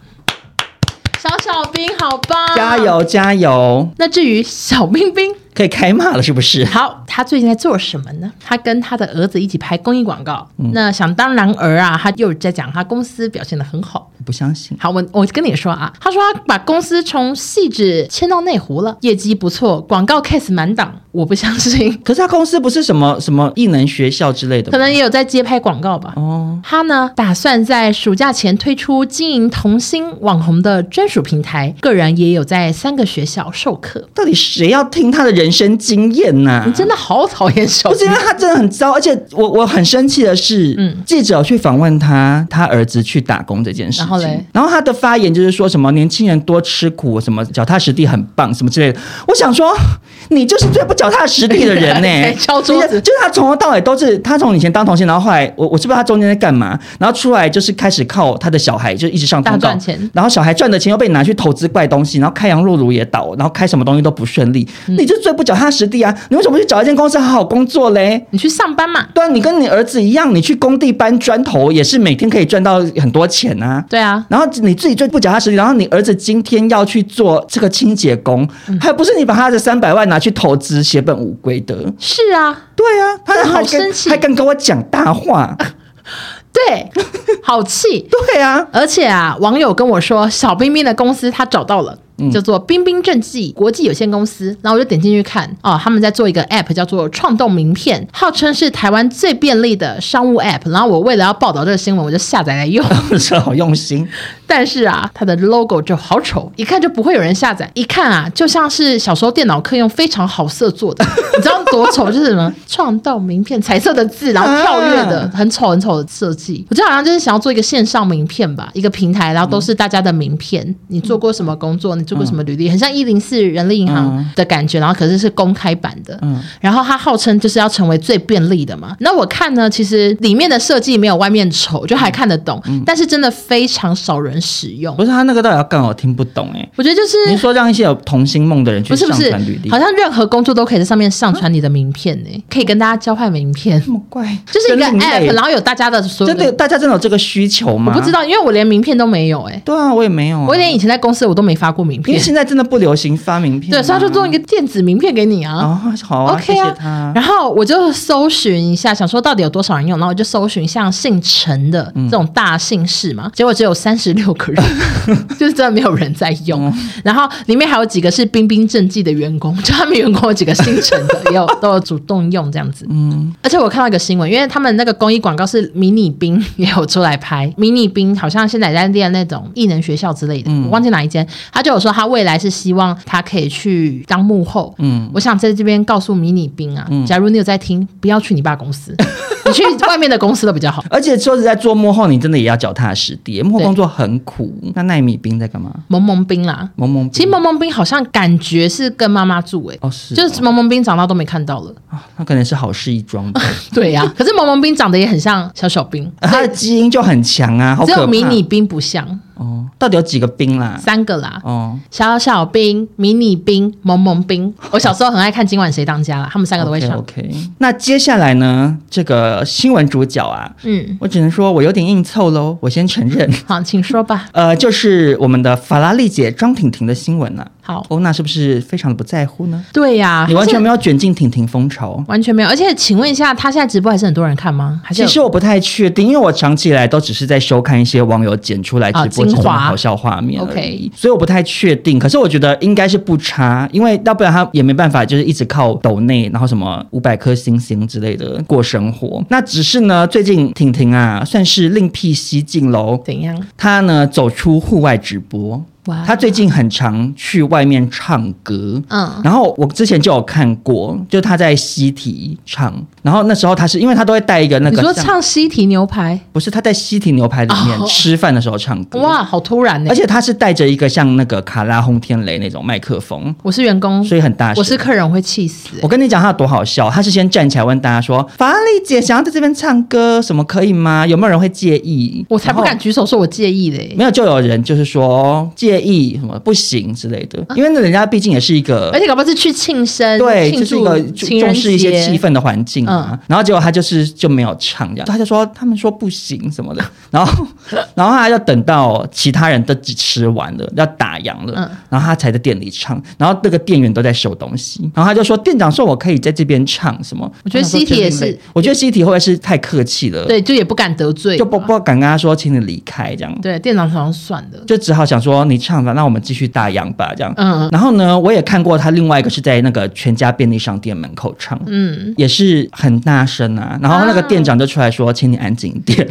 [SPEAKER 1] 小小兵，好棒，
[SPEAKER 3] 加！油加油，
[SPEAKER 1] 那至于小冰冰，
[SPEAKER 3] 可以开骂了是不是？
[SPEAKER 1] 好，他最近在做什么呢？他跟他的儿子一起拍公益广告。
[SPEAKER 3] 嗯
[SPEAKER 1] 那想当然儿啊，他又在讲他公司表现的很好。
[SPEAKER 3] 不相信，
[SPEAKER 1] 好，我我跟你说啊，他说他把公司从细致迁到内湖了，业绩不错，广告 case 满档，我不相信，
[SPEAKER 3] 可是他公司不是什么什么艺能学校之类的吗，
[SPEAKER 1] 可能也有在接拍广告吧。
[SPEAKER 3] 哦。
[SPEAKER 1] 他呢，打算在暑假前推出经营童星网红的专属平台，个人也有在三个学校授课。
[SPEAKER 3] 到底谁要听他的人人生经验呐、
[SPEAKER 1] 你真的好讨厌小
[SPEAKER 3] 啊不是因为他真的很糟，而且我我很生气的是，
[SPEAKER 1] 嗯
[SPEAKER 3] 记者去访问他他儿子去打工这件事情，
[SPEAKER 1] 然后嘞
[SPEAKER 3] 然后他的发言就是说什么年轻人多吃苦，什么脚踏实地很棒，什么之类的。我想说，你就是最不脚踏实地的人呢、
[SPEAKER 1] 对敲桌子
[SPEAKER 3] 你就是他从头到尾都是他从以前当童星，然后后来我我是不知道他中间在干嘛，然后出来就是开始靠他的小孩就一直上通告
[SPEAKER 1] 大赚钱
[SPEAKER 3] 然后小孩赚的钱又被拿去投资怪东西，然后开羊肉炉也倒，然后开什么东西都不顺利，
[SPEAKER 1] 嗯
[SPEAKER 3] 你就最不脚踏实地啊！你为什么不去找一间公司好好工作嘞？
[SPEAKER 1] 你去上班嘛？
[SPEAKER 3] 对啊，你跟你儿子一样，你去工地搬砖头也是每天可以赚到很多钱啊。
[SPEAKER 1] 对啊，
[SPEAKER 3] 然后你自己最不脚踏实地，然后你儿子今天要去做这个清洁工，
[SPEAKER 1] 嗯
[SPEAKER 3] 还不是你把他的三百万拿去投资血本无归的？
[SPEAKER 1] 是啊，
[SPEAKER 3] 对啊，他
[SPEAKER 1] 真的
[SPEAKER 3] 还
[SPEAKER 1] 好
[SPEAKER 3] 跟
[SPEAKER 1] 生气
[SPEAKER 3] 还敢跟我讲大 话？
[SPEAKER 1] 对，好气。
[SPEAKER 3] 对啊，
[SPEAKER 1] 而且啊，网友跟我说，小冰冰的公司他找到了。叫做冰冰正记国际有限公司，然后我就点进去看哦，他们在做一个 app 叫做“创动名片”，号称是台湾最便利的商务 app。然后我为了要报道这个新闻，我就下载来用。
[SPEAKER 3] 这好用心。
[SPEAKER 1] 但是啊，它的 logo 就好丑，一看就不会有人下载。一看啊，就像是小时候电脑课用非常好色做的， 你知道多丑？就是什么 创造名片，彩色的字，然后跳跃的
[SPEAKER 3] 啊，
[SPEAKER 1] 很丑很丑的设计。我觉得好像就是想要做一个线上名片吧，一个平台，然后都是大家的名片。你做过什么工作？你做过什么履历？很像一零四人力银行的感觉，然后可是是公开版的。
[SPEAKER 3] 嗯
[SPEAKER 1] 然后它号称就是要成为最便利的嘛。那我看呢，其实里面的设计没有外面丑，就还看得懂，但是真的非常少人使用
[SPEAKER 3] 嗯不。是他那个到底要干嘛？我听不懂哎、
[SPEAKER 1] 我觉得就是
[SPEAKER 3] 您说让一些有童心梦的人去
[SPEAKER 1] 不是
[SPEAKER 3] 上
[SPEAKER 1] 不是
[SPEAKER 3] 传履历，，嗯
[SPEAKER 1] 好像任何工作都可以在上面上传你的名片呢、可以跟大家交换 名片，
[SPEAKER 3] 这么怪，
[SPEAKER 1] 就是一个
[SPEAKER 3] 人类
[SPEAKER 1] app，然后有大家的所有
[SPEAKER 3] 真的
[SPEAKER 1] 的。
[SPEAKER 3] 大家真的有这个需求
[SPEAKER 1] 我
[SPEAKER 3] 吗？
[SPEAKER 1] 不知。道，因为我连名片都没有哎、
[SPEAKER 3] 对啊，我也没有、啊。
[SPEAKER 1] 我连以前在公司我都没发过名
[SPEAKER 3] 因为
[SPEAKER 1] 片，
[SPEAKER 3] 现在真的不流行发名片、
[SPEAKER 1] 对，所以他就做一
[SPEAKER 3] 个
[SPEAKER 1] 个电子名片给你啊。
[SPEAKER 3] 啊、好啊
[SPEAKER 1] OK
[SPEAKER 3] 谢
[SPEAKER 1] 啊
[SPEAKER 3] 谢他。
[SPEAKER 1] 然后我就搜寻一下，想说到底有多少人用，然后我就搜寻像姓陈的这种大姓氏嘛，结果只有三十六个人，就是真的没有人在用。然后里面还有几个是冰冰正记的员工，就他们员工有几个姓陈的，也有都有主动用这样子。嗯，而且我看到一个新闻，因为他们那个公益广告是迷你冰也有出来拍，迷你冰好像现在也在练那种艺能学校之类的，我忘记哪一间，他就有说他未来是希望他可以去当幕后，
[SPEAKER 3] 嗯，
[SPEAKER 1] 我想在这边告诉迷你兵啊，假如你有在听，不要去你爸公司，你去外面的公司都比较好。
[SPEAKER 3] 而且说实在，做幕后你真的也要脚踏实地，幕后工作很苦。那奈米冰在干嘛？
[SPEAKER 1] 萌萌兵啦，
[SPEAKER 3] 萌萌冰，
[SPEAKER 1] 其实萌萌兵好像感觉是跟妈妈住诶、欸
[SPEAKER 3] 哦是哦
[SPEAKER 1] 就是萌萌兵长大都没看到 了。
[SPEAKER 3] 啊他可能是好事一桩吧，
[SPEAKER 1] 对呀、 可是萌萌兵长得也很像小小兵，
[SPEAKER 3] 他的基因就很强啊，好
[SPEAKER 1] 只
[SPEAKER 3] 可怕。
[SPEAKER 1] 有迷你兵不像，
[SPEAKER 3] 哦，到底有几个冰啦？
[SPEAKER 1] 三个啦。
[SPEAKER 3] 哦，
[SPEAKER 1] 小小兵、迷你兵、萌萌兵，我小时候很爱看《今晚谁当家》啦，他们三个都会唱。
[SPEAKER 3] OK，, o k 那接下来呢？这个新闻主角啊，
[SPEAKER 1] 嗯，
[SPEAKER 3] 我只能说我有点硬凑喽，我先承认。
[SPEAKER 1] 好，请说吧。
[SPEAKER 3] 呃，就是我们的法拉利姐张婷婷的新闻啊。
[SPEAKER 1] 好，
[SPEAKER 3] 欧娜是不是非常的不在乎呢？
[SPEAKER 1] 对呀、
[SPEAKER 3] 你完
[SPEAKER 1] 这
[SPEAKER 3] 全没有卷进婷婷风潮。
[SPEAKER 1] 完全没有。而且，请问一下，他现在直播还是很多人看吗？还是
[SPEAKER 3] 其
[SPEAKER 1] 有
[SPEAKER 3] 实我不太确定，因为我长期以来都只是在收看一些网友剪出来直播
[SPEAKER 1] 啊
[SPEAKER 3] 之
[SPEAKER 1] 精
[SPEAKER 3] 中的
[SPEAKER 1] 华
[SPEAKER 3] 好笑画面而已
[SPEAKER 1] OK
[SPEAKER 3] 所以我不太确定。可是我觉得应该是不差，因为要不然他也没办法，就是一直靠抖内，然后什么五百颗星星之类的过生活。那只是呢，最近婷婷啊，算是另辟蹊径喽。
[SPEAKER 1] 怎样？
[SPEAKER 3] 她呢走出户外直播
[SPEAKER 1] 哇，
[SPEAKER 3] 她最近很常去外面唱歌，
[SPEAKER 1] 嗯
[SPEAKER 3] 然后我之前就有看过，就她在西提唱，然后那时候她是因为她都会带一个那
[SPEAKER 1] 你
[SPEAKER 3] 个
[SPEAKER 1] 说
[SPEAKER 3] 像
[SPEAKER 1] 唱西提牛排，
[SPEAKER 3] 不是他在西提牛排里面
[SPEAKER 1] 哦
[SPEAKER 3] 吃饭的时候唱歌，
[SPEAKER 1] 哇，好突然欸呢、
[SPEAKER 3] 而且他是带着一个像那个卡拉轰天雷那种麦克风，
[SPEAKER 1] 我是员工，
[SPEAKER 3] 所以很大声。
[SPEAKER 1] 嗯我是客人，我会气死、
[SPEAKER 3] 我跟你讲他有多好笑，他是先站起来问大家说：“法拉利姐想要在这边唱歌，什么可以吗？有没有人会介意？”
[SPEAKER 1] 我才不
[SPEAKER 3] 然
[SPEAKER 1] 敢
[SPEAKER 3] 后。
[SPEAKER 1] 举手说我介意嘞、
[SPEAKER 3] 没有，就有人就是说介意什么不行之类
[SPEAKER 1] 嗯
[SPEAKER 3] 的，因为那人家毕竟也是一个
[SPEAKER 1] 而且搞不好是去庆生，
[SPEAKER 3] 对，
[SPEAKER 1] 庆
[SPEAKER 3] 就是一
[SPEAKER 1] 祝
[SPEAKER 3] 个
[SPEAKER 1] 情
[SPEAKER 3] 重
[SPEAKER 1] 人
[SPEAKER 3] 重视一些
[SPEAKER 1] 节嗯
[SPEAKER 3] 气氛的环境啊。然后结果他就是就没有唱这样，他就说他们说不行什么 的，然后然后他要等到其他人都只吃完了，要打烊了，
[SPEAKER 1] 嗯
[SPEAKER 3] 然后他才在店里唱，然后那个店员都在收东西，然后他就说店长说我可以在这边唱什么，
[SPEAKER 1] 我觉得
[SPEAKER 3] 想说
[SPEAKER 1] 西体也
[SPEAKER 3] 真另类
[SPEAKER 1] 是，
[SPEAKER 3] 我觉得西体会不会是太客气了，
[SPEAKER 1] 对，就也不敢得罪，
[SPEAKER 3] 就不不敢跟他说请你离开这样。
[SPEAKER 1] 对，店长好像算了，
[SPEAKER 3] 就只好想说你唱吧，那我们继续打烊吧，这样。
[SPEAKER 1] 嗯
[SPEAKER 3] 然后呢，我也看过他另外一个是在那个全家便利商店门口唱，
[SPEAKER 1] 嗯，
[SPEAKER 3] 也是很大声啊。然后那个店长就出来说：“请你安静一点。”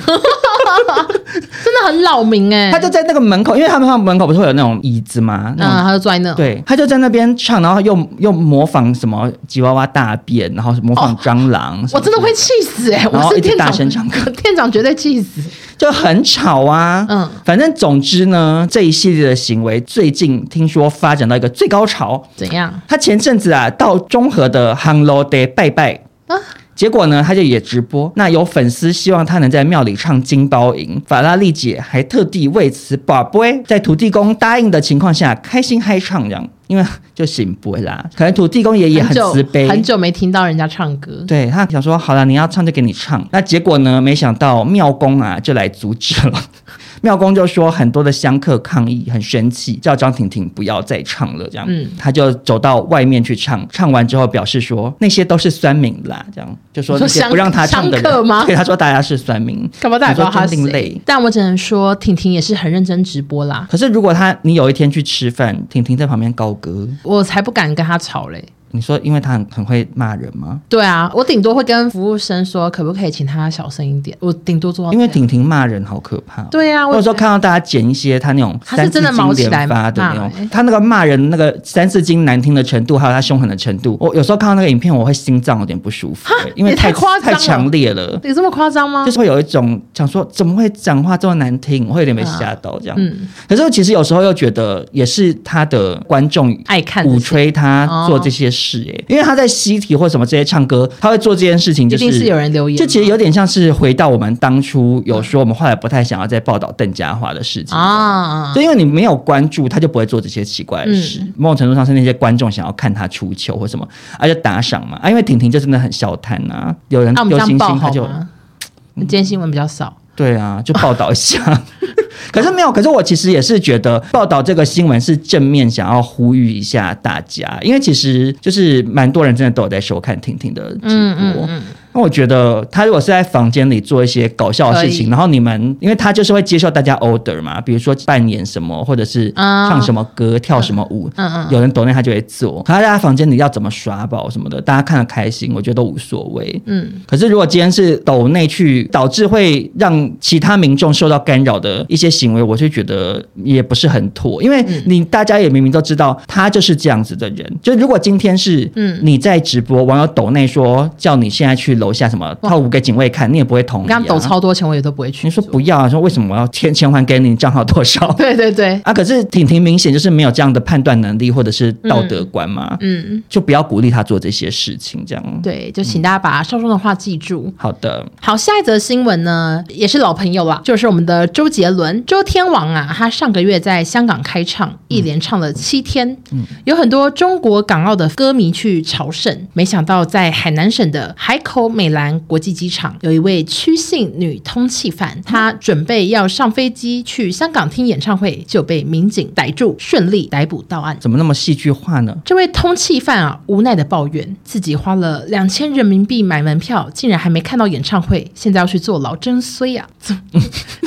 [SPEAKER 1] 真的很扰民哎、
[SPEAKER 3] 他就在那个门口，因为他们他们门口不是会有那种椅子嘛，那种
[SPEAKER 1] 嗯那他就坐在那，
[SPEAKER 3] 对，他就在那边唱，然后又又模仿什么吉娃娃大便，然后模仿蟑螂、
[SPEAKER 1] 哦我真的会，气死哎、
[SPEAKER 3] 然后
[SPEAKER 1] 我是
[SPEAKER 3] 一直
[SPEAKER 1] 店
[SPEAKER 3] 大
[SPEAKER 1] 长，
[SPEAKER 3] 声唱歌
[SPEAKER 1] 店长绝对气死。
[SPEAKER 3] 就很吵啊。
[SPEAKER 1] 嗯
[SPEAKER 3] 嗯，反正总之呢，这一系列的行为最近听说发展到一个最高潮。
[SPEAKER 1] 怎样？
[SPEAKER 3] 他前阵子啊，到中和的 h a n g l o Day 拜拜。
[SPEAKER 1] 啊
[SPEAKER 3] 结果呢，他就也直播。那有粉丝希望他能在庙里唱《金包银》，法拉利姐还特地为此把杯，在土地公答应的情况下，开心嗨唱这样，因为就醒不啦。可能土地公爷爷很
[SPEAKER 1] 久
[SPEAKER 3] 慈悲，
[SPEAKER 1] 很久没听到人家唱歌，
[SPEAKER 3] 对他想说，好了，你要唱就给你唱。那结果呢？没想到庙公啊就来阻止了。 庙公就说很多的香客抗议，很生气，叫张婷婷不要再唱了。这样，
[SPEAKER 1] 嗯
[SPEAKER 3] 他就走到外面去唱，唱完之后表示说那些都是酸民啦，这样就说
[SPEAKER 1] 你
[SPEAKER 3] 那
[SPEAKER 1] 说
[SPEAKER 3] 些
[SPEAKER 1] 香
[SPEAKER 3] 不让他唱的
[SPEAKER 1] 香客
[SPEAKER 3] 人
[SPEAKER 1] 吗
[SPEAKER 3] 对，他说大家是酸民，
[SPEAKER 1] 干嘛大家不知道他
[SPEAKER 3] 你说
[SPEAKER 1] 是
[SPEAKER 3] 真另类
[SPEAKER 1] 谁？但我只能说，婷婷也是很认真直播啦，
[SPEAKER 3] 可是如果他你有一天去吃饭，婷婷在旁边高歌，
[SPEAKER 1] 我才不敢跟她吵嘞。
[SPEAKER 3] 你说因为他很很会骂人吗？
[SPEAKER 1] 对啊，我顶多会跟服务生说，可不可以请她小声一点？我顶多做到这
[SPEAKER 3] 因
[SPEAKER 1] 样，
[SPEAKER 3] 为婷婷骂人好可怕哦。
[SPEAKER 1] 对啊，
[SPEAKER 3] 我
[SPEAKER 1] 我
[SPEAKER 3] 有时候看到大家剪一些他那种
[SPEAKER 1] 他是
[SPEAKER 3] 三字
[SPEAKER 1] 真的毛
[SPEAKER 3] 经
[SPEAKER 1] 起
[SPEAKER 3] 连
[SPEAKER 1] 来
[SPEAKER 3] 发的那
[SPEAKER 1] 骂欸
[SPEAKER 3] 种，他那个骂人那个三字经难听的程度，还有他凶狠的程度，我有时候看到那个影片，我会心脏有点不舒服、欸因为
[SPEAKER 1] 也太夸张
[SPEAKER 3] 太
[SPEAKER 1] 了嗯
[SPEAKER 3] 强烈了，
[SPEAKER 1] 有这么夸张吗？
[SPEAKER 3] 就是会有一种想说怎么会讲话这么难听，我会有点被吓到这样。
[SPEAKER 1] 嗯，
[SPEAKER 3] 可是其实有时候又觉得也是他的观众
[SPEAKER 1] 爱看哦这些
[SPEAKER 3] 鼓吹他做这些事、欸，因为他在西体或什么这些唱歌，他会做这件事情，
[SPEAKER 1] 一
[SPEAKER 3] 就
[SPEAKER 1] 定是有人留言
[SPEAKER 3] 就
[SPEAKER 1] 吗，嗯
[SPEAKER 3] 其实有点像是回到我们当初有说，我们后来不太想要再报道邓家华的事情。
[SPEAKER 1] 啊，
[SPEAKER 3] 就因为你没有关注，他就不会做这些奇怪的事。
[SPEAKER 1] 嗯
[SPEAKER 3] 某种程度上是那些观众想要看他出糗或什么，而、啊、且打赏嘛。啊，因为婷婷就真的很小摊啊，有人
[SPEAKER 1] 那我们
[SPEAKER 3] 有
[SPEAKER 1] 这样
[SPEAKER 3] 星
[SPEAKER 1] 报
[SPEAKER 3] 星他
[SPEAKER 1] 好
[SPEAKER 3] 就嗯
[SPEAKER 1] 吗？今天新闻比较少，
[SPEAKER 3] 对啊，就报道一下。 可是没有，可是我其实也是觉得报道这个新闻是正面，想要呼吁一下大家，因为其实就是蛮多人真的都有在收看婷婷的直播。
[SPEAKER 1] 嗯嗯嗯，
[SPEAKER 3] 那我觉得他如果是在房间里做一些搞笑的事
[SPEAKER 1] 可
[SPEAKER 3] 情，
[SPEAKER 1] 以
[SPEAKER 3] 然后你们，因为他就是会接受大家 order 嘛，比如说扮演什么，或者是
[SPEAKER 1] 啊
[SPEAKER 3] 唱什么歌、跳什么舞，
[SPEAKER 1] 嗯嗯
[SPEAKER 3] 有人懂那他就会做。可他在他房间里要怎么耍宝什么的，大家看得开心，我觉得都无所谓。
[SPEAKER 1] 嗯，
[SPEAKER 3] 可是如果今天是抖内去导致会让其他民众受到干扰的一些行为，我就觉得也不是很妥，因为
[SPEAKER 1] 嗯
[SPEAKER 3] 你大家也明明都知道他就是这样子的人。就如果今天是
[SPEAKER 1] 嗯
[SPEAKER 3] 你在直播，网友抖内说叫你现在去楼下什么套五给警卫看，你也不会同
[SPEAKER 1] 你
[SPEAKER 3] 意、啊
[SPEAKER 1] 刚。抖超多钱，我也都不会去做。
[SPEAKER 3] 你说不要啊？说为什么我要 钱钱还给你？你账号多少？
[SPEAKER 1] 对对对，
[SPEAKER 3] 啊，可是婷婷明显就是没有这样的判断能力或者是道德观嘛，
[SPEAKER 1] 嗯，
[SPEAKER 3] 就不要鼓励他做这些事情，这样。
[SPEAKER 1] 对，就请大家把少中的话记住。
[SPEAKER 3] 好的，
[SPEAKER 1] 好，下一则新闻呢，也是老朋友了，就是我们的周杰伦，周天王啊，他上个月在香港开唱，一连唱了七天，有很多中国港澳的歌迷去朝圣，没想到在海南省的海口美兰国际机场，有一位屈姓女通缉犯，她准备要上飞机去香港听演唱会，就被民警逮住，顺利逮捕到案。
[SPEAKER 3] 怎么那么戏剧化呢？
[SPEAKER 1] 这位通缉犯啊，无奈的抱怨自己花了两千人民币买门票，竟然还没看到演唱会，现在要去坐牢，真衰啊！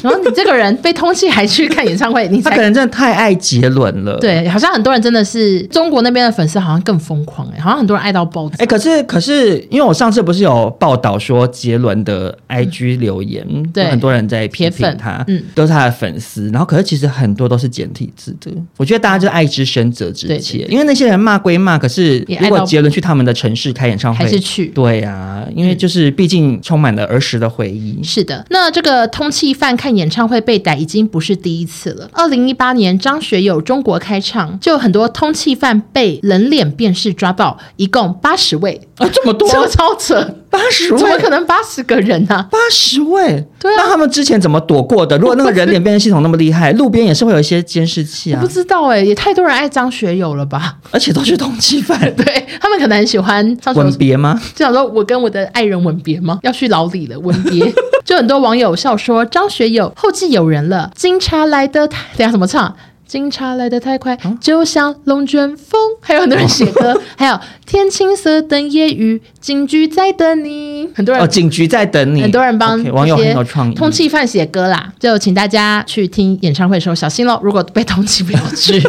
[SPEAKER 1] 然后你这个人被通缉还去看演唱会，你
[SPEAKER 3] 他可
[SPEAKER 1] 才。
[SPEAKER 3] 能真的太爱杰伦了。。
[SPEAKER 1] 对，好像很多人真的是中国那边的粉丝，好像更疯狂哎、好像很多人爱到爆炸。
[SPEAKER 3] 哎、可是可是，因为我上次不是有报道说杰伦的 IG 留言，
[SPEAKER 1] 嗯对
[SPEAKER 3] 有很多人在批
[SPEAKER 1] 铁粉
[SPEAKER 3] 评他，
[SPEAKER 1] 嗯
[SPEAKER 3] 都是他的粉丝。然后，可是其实很多都是简体字的。我觉得大家就爱之深责之
[SPEAKER 1] 对
[SPEAKER 3] 切，因为那些人骂归骂，可是
[SPEAKER 1] 也爱
[SPEAKER 3] 如果
[SPEAKER 1] 到
[SPEAKER 3] 杰伦去他们的城市开演唱会，
[SPEAKER 1] 还是去
[SPEAKER 3] 对啊，因为就是毕竟充满了儿时的回忆。
[SPEAKER 1] 是的，那这个通缉犯看演唱会被逮已经不是第一次了。二零一八年张学友中国开唱，就有很多通缉犯被人脸辨识抓到，一共八十位，
[SPEAKER 3] 啊，这么多
[SPEAKER 1] 嗯 这个超扯，
[SPEAKER 3] 八十
[SPEAKER 1] 怎么
[SPEAKER 3] 位，
[SPEAKER 1] 可能八十个人啊呢、
[SPEAKER 3] 八十位，
[SPEAKER 1] 对啊
[SPEAKER 3] 那他们之前怎么躲过的？如果那个人脸辨识系统那么厉害，路边也是会有一些监视器啊
[SPEAKER 1] 不，知道哎、也太多人爱张学友了吧？，
[SPEAKER 3] 而且都是通缉犯
[SPEAKER 1] 对他们可能很喜欢张学友
[SPEAKER 3] 吻，别吗？
[SPEAKER 1] 就想说我跟我的爱人吻别吗？要去牢里了，吻 别。就很多网友笑说张学友后继有人了，警察来的太……等一下怎么唱？警察来的太快，就像龙卷风。还有很多人写歌，还有天青色等夜雨，警局在等你。很多人
[SPEAKER 3] 哦，警局在等你。
[SPEAKER 1] 很多人帮
[SPEAKER 3] OK，
[SPEAKER 1] 这
[SPEAKER 3] 网友很
[SPEAKER 1] 些
[SPEAKER 3] 有创意。
[SPEAKER 1] 通缉犯写歌 啦，就请大家去听演唱会的时候小心喽，如果被通缉不要去。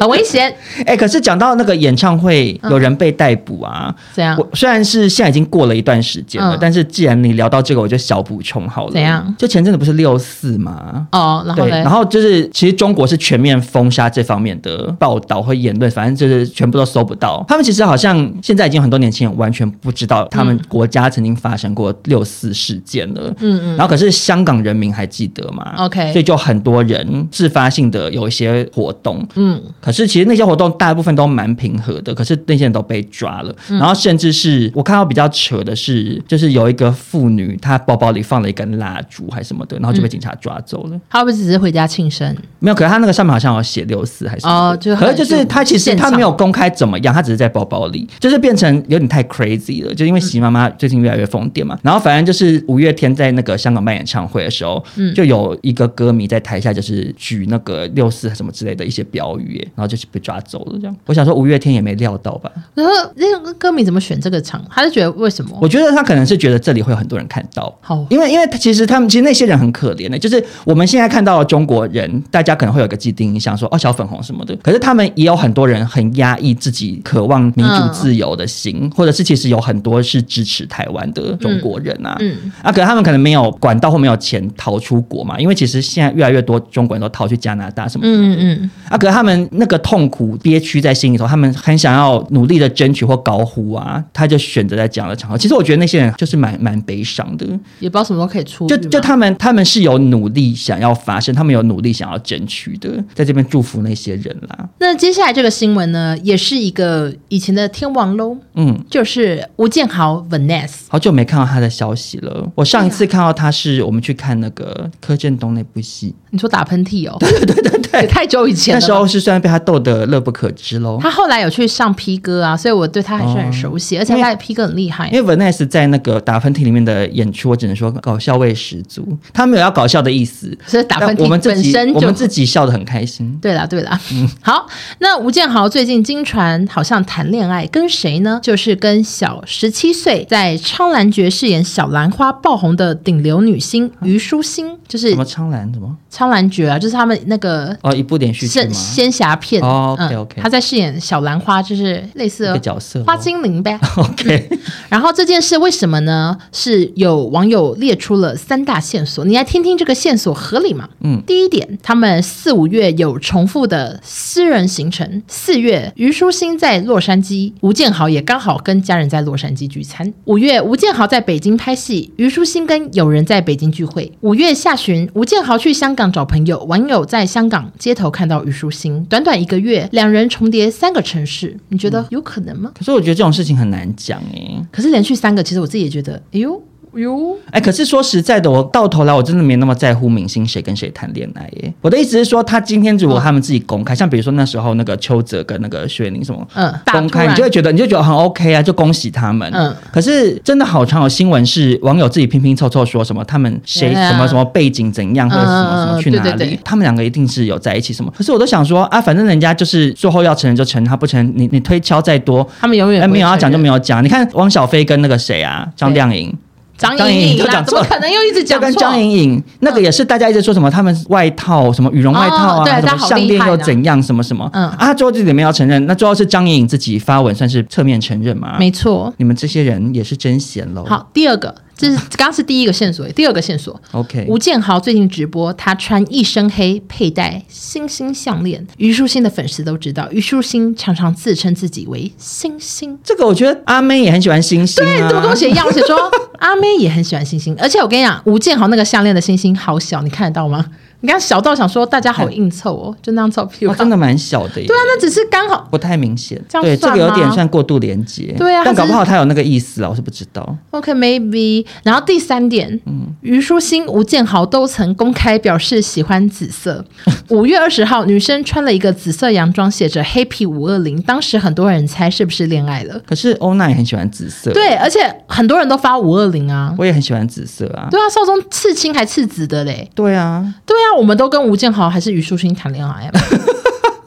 [SPEAKER 1] 很危险。
[SPEAKER 3] 哎、可是讲到那个演唱会，有人被逮捕啊。
[SPEAKER 1] 嗯怎样？
[SPEAKER 3] 我虽然是现在已经过了一段时间了，
[SPEAKER 1] 嗯
[SPEAKER 3] 但是既然你聊到这个，我就小补充好了。
[SPEAKER 1] 怎样？
[SPEAKER 3] 就前阵子不是六四吗？
[SPEAKER 1] 哦，然后
[SPEAKER 3] 对，
[SPEAKER 1] 嘞
[SPEAKER 3] 然，后就是，其实中国是全面封杀这方面的报道和言论，反正就是全部都搜不到。他们其实好像现在已经很多年轻人完全不知道他们国家曾经发生过六四事件了。
[SPEAKER 1] 嗯嗯，
[SPEAKER 3] 然后可是香港人民还记得嘛
[SPEAKER 1] OK
[SPEAKER 3] 所以就很多人自发性的有一些活动，
[SPEAKER 1] 嗯，
[SPEAKER 3] 可是其实那些活动大部分都蛮平和的，可是那些人都被抓了，
[SPEAKER 1] 嗯
[SPEAKER 3] 然后甚至是我看到比较扯的是，就是有一个妇女她包包里放了一根蜡烛还是什么的，然后
[SPEAKER 1] 嗯
[SPEAKER 3] 就被警察抓走了。
[SPEAKER 1] 他会不会只是回家庆生？
[SPEAKER 3] 没有，可是她那个上面好像有写六四还是什么
[SPEAKER 1] 哦就
[SPEAKER 3] 可是就
[SPEAKER 1] 很
[SPEAKER 3] 是
[SPEAKER 1] 就
[SPEAKER 3] 她其实
[SPEAKER 1] 现
[SPEAKER 3] 她
[SPEAKER 1] 场
[SPEAKER 3] 没有公开怎么样，她只是在包包里，就是变成有点太 crazy 了，就因为席妈妈最近越来越疯癫
[SPEAKER 1] 嗯
[SPEAKER 3] 嘛。然后反正就是五月天在那个香港办演唱会的时候，
[SPEAKER 1] 嗯
[SPEAKER 3] 就有一个歌迷在台下就是举那个六四什么之类的一些标语，然后就是被抓走了这样。我想说五月天也没料到吧，
[SPEAKER 1] 然后那个歌迷怎么选这个场？他就觉得为什么？
[SPEAKER 3] 我觉得他可能是觉得这里会有很多人看到。
[SPEAKER 1] 好
[SPEAKER 3] 因为因为他其实他们其实那些人很可怜的、就是我们现在看到的中国人，大家可能会有一个既定印象说哦小粉红什么的，可是他们也有很多人很压抑自己渴望民主
[SPEAKER 1] 嗯
[SPEAKER 3] 自由的心，或者是其实有很多是支持台湾的中国人啊，
[SPEAKER 1] 嗯，
[SPEAKER 3] 啊，可是他们可能没有管道或没有钱逃出国嘛，因为其实现在越来越多中国人都逃去加拿大什么的
[SPEAKER 1] 嗯嗯
[SPEAKER 3] 啊，可是他们那个痛苦憋屈在心里头，他们很想要努力的争取或高呼啊，他就选择在这样的场合。其实我觉得那些人就是蛮蛮悲伤的，
[SPEAKER 1] 嗯，也不知道什么时候可以出狱
[SPEAKER 3] 就
[SPEAKER 1] 嘛，
[SPEAKER 3] 就他们他们是有努力想要发声，他们有努力想要争取的，在这边祝福那些人啦。
[SPEAKER 1] 那接下来这个新闻呢，也是一个以前的天王喽，
[SPEAKER 3] 嗯，
[SPEAKER 1] 就是吴建豪 Vanessa。
[SPEAKER 3] 好久没看到他的消息了。我上一次看到他是我们去看那个柯震东那部戏，
[SPEAKER 1] 你说打喷嚏哦？ 对对对对对，啊也太久以前
[SPEAKER 3] 那
[SPEAKER 1] 了吧。
[SPEAKER 3] 时候是虽然被他逗得乐不可支喽。
[SPEAKER 1] 他后来有去上 P 哥啊，所以我对他还是很熟悉，而且他的 P 哥很厉害。
[SPEAKER 3] 因为 Vanessa 在那个打喷嚏里面的演出，我只能说搞笑味十足。他没有要搞笑的意思，
[SPEAKER 1] 所以打喷
[SPEAKER 3] 但我们
[SPEAKER 1] 嚏
[SPEAKER 3] 自
[SPEAKER 1] 本
[SPEAKER 3] 己
[SPEAKER 1] 身
[SPEAKER 3] 我
[SPEAKER 1] 就
[SPEAKER 3] 们自己嗯笑得很开心。
[SPEAKER 1] 对啦对啦。好，那吴建豪最近经传好像谈恋爱，跟谁呢？就是跟小十七岁在《苍兰诀》饰演小兰花爆红的顶流女星虞书欣，就是
[SPEAKER 3] 什么
[SPEAKER 1] 《
[SPEAKER 3] 苍兰什么？
[SPEAKER 1] 苍兰诀》啊，就是他们那个
[SPEAKER 3] 哦，一部连续剧
[SPEAKER 1] 仙
[SPEAKER 3] 吗？
[SPEAKER 1] 仙侠片。
[SPEAKER 3] 哦，OK，OK
[SPEAKER 1] 嗯，他在饰演小兰花，就是类似
[SPEAKER 3] 一个角色咯哦
[SPEAKER 1] 花精灵呗。
[SPEAKER 3] OK，
[SPEAKER 1] 然后这件事为什么呢？是有网友列出了三大线索，你来听听这个线索合理吗？
[SPEAKER 3] 嗯，
[SPEAKER 1] 第一点，他们四五月有重复的私人行程。四月，虞书欣在洛杉矶，吴建豪也刚好跟家人在洛杉矶聚餐。五月，吴建豪在北京拍戏，虞书欣跟友人在北京聚会。五月下旬，吴建豪去香港找朋友，网友在香港街头看到虞书欣。短短一个月，两人重叠三个城市，你觉得有可能吗？
[SPEAKER 3] 可是我觉得这种事情很难讲欸诶。
[SPEAKER 1] 可是连续三个，其实我自己也觉得，哎呦。哎呦，
[SPEAKER 3] 哎、可是说实在的，我到头来我真的没那么在乎明星谁跟谁谈恋爱耶。我的意思是说，他今天如
[SPEAKER 1] 哦
[SPEAKER 3] 果他们自己公开，像比如说那时候那个邱泽跟那个薛宁什么。
[SPEAKER 1] 嗯，大
[SPEAKER 3] 公
[SPEAKER 1] 突
[SPEAKER 3] 开，
[SPEAKER 1] 然
[SPEAKER 3] 你就会觉得你就觉得很 OK 啊，就恭喜他们。
[SPEAKER 1] 嗯
[SPEAKER 3] 可是真的好常有新闻是网友自己拼拼凑凑说什么他们谁
[SPEAKER 1] 对啊
[SPEAKER 3] 什么什么背景怎样或者什么什么去
[SPEAKER 1] 嗯嗯嗯
[SPEAKER 3] 哪里，
[SPEAKER 1] 对对对
[SPEAKER 3] 他们两个一定是有在一起什么。可是我都想说啊，反正人家就是最后要承认就承认，他不承认你你推敲再多，
[SPEAKER 1] 他们永
[SPEAKER 3] 哎、
[SPEAKER 1] 远
[SPEAKER 3] 没有要
[SPEAKER 1] 要
[SPEAKER 3] 讲就没有讲。你看汪小菲跟那个谁啊，张
[SPEAKER 1] 对
[SPEAKER 3] 靓颖。
[SPEAKER 1] 张
[SPEAKER 3] 张
[SPEAKER 1] 颖
[SPEAKER 3] 颖就
[SPEAKER 1] 啦，
[SPEAKER 3] 讲
[SPEAKER 1] 怎
[SPEAKER 3] 错
[SPEAKER 1] 么
[SPEAKER 3] 了
[SPEAKER 1] 可能又一直
[SPEAKER 3] 就
[SPEAKER 1] 讲
[SPEAKER 3] 跟
[SPEAKER 1] 错？嗯
[SPEAKER 3] 张颖颖那个也是，大家一直说什么他们外套什么羽绒外套啊，
[SPEAKER 1] 哦对
[SPEAKER 3] 什
[SPEAKER 1] 大家
[SPEAKER 3] 么
[SPEAKER 1] 好
[SPEAKER 3] 项
[SPEAKER 1] 厉
[SPEAKER 3] 链
[SPEAKER 1] 害
[SPEAKER 3] 又
[SPEAKER 1] 呢
[SPEAKER 3] 怎样什么什么，
[SPEAKER 1] 嗯
[SPEAKER 3] 啊，他最后自己没有承认，那最后是张颖颖自己发文算是侧面承认嘛？
[SPEAKER 1] 没错。
[SPEAKER 3] 你们这些人也是真闲喽。
[SPEAKER 1] 好，第二个，这是刚刚是第一个线索，第二个线索，
[SPEAKER 3] ，OK，
[SPEAKER 1] 吴建豪最近直播，他穿一身黑，佩戴星星项链。虞书欣的粉丝都知道，虞书欣常常自称自己为星星。
[SPEAKER 3] 这个我觉得阿妹也很喜欢星星、啊，
[SPEAKER 1] 对，怎么跟我写一样？我写说阿妹也很喜欢星星，而且我跟你讲，吴建豪那个项链的星星好小，你看得到吗？你看小到想说大家好硬凑哦，就那样凑屁股。
[SPEAKER 3] 哇真的蛮小的耶，
[SPEAKER 1] 对啊，那只是刚好
[SPEAKER 3] 不太明显。
[SPEAKER 1] 这样
[SPEAKER 3] 对，这
[SPEAKER 1] 算
[SPEAKER 3] 个有点
[SPEAKER 1] 吗
[SPEAKER 3] 算过度连接，
[SPEAKER 1] 对啊
[SPEAKER 3] 但
[SPEAKER 1] 他
[SPEAKER 3] 搞
[SPEAKER 1] 只
[SPEAKER 3] 不
[SPEAKER 1] 是
[SPEAKER 3] 好他有那个意思啊啦，我是不知道。
[SPEAKER 1] OK，maybe、然后第三点，虞书欣、吴建豪都曾公开表示喜欢紫色。五月二十号，女生穿了一个紫色洋装，写着 “Happy 五二零”，当时很多人猜是不是恋爱了。
[SPEAKER 3] 可是欧娜也很喜欢紫色，，
[SPEAKER 1] 对，而且很多人都发五二零啊。
[SPEAKER 3] 我也很喜欢紫色啊。
[SPEAKER 1] 对啊，少宗刺青还刺紫的嘞。
[SPEAKER 3] 对啊，
[SPEAKER 1] 对啊，我们都跟吴建豪还是虞书欣谈恋爱啊。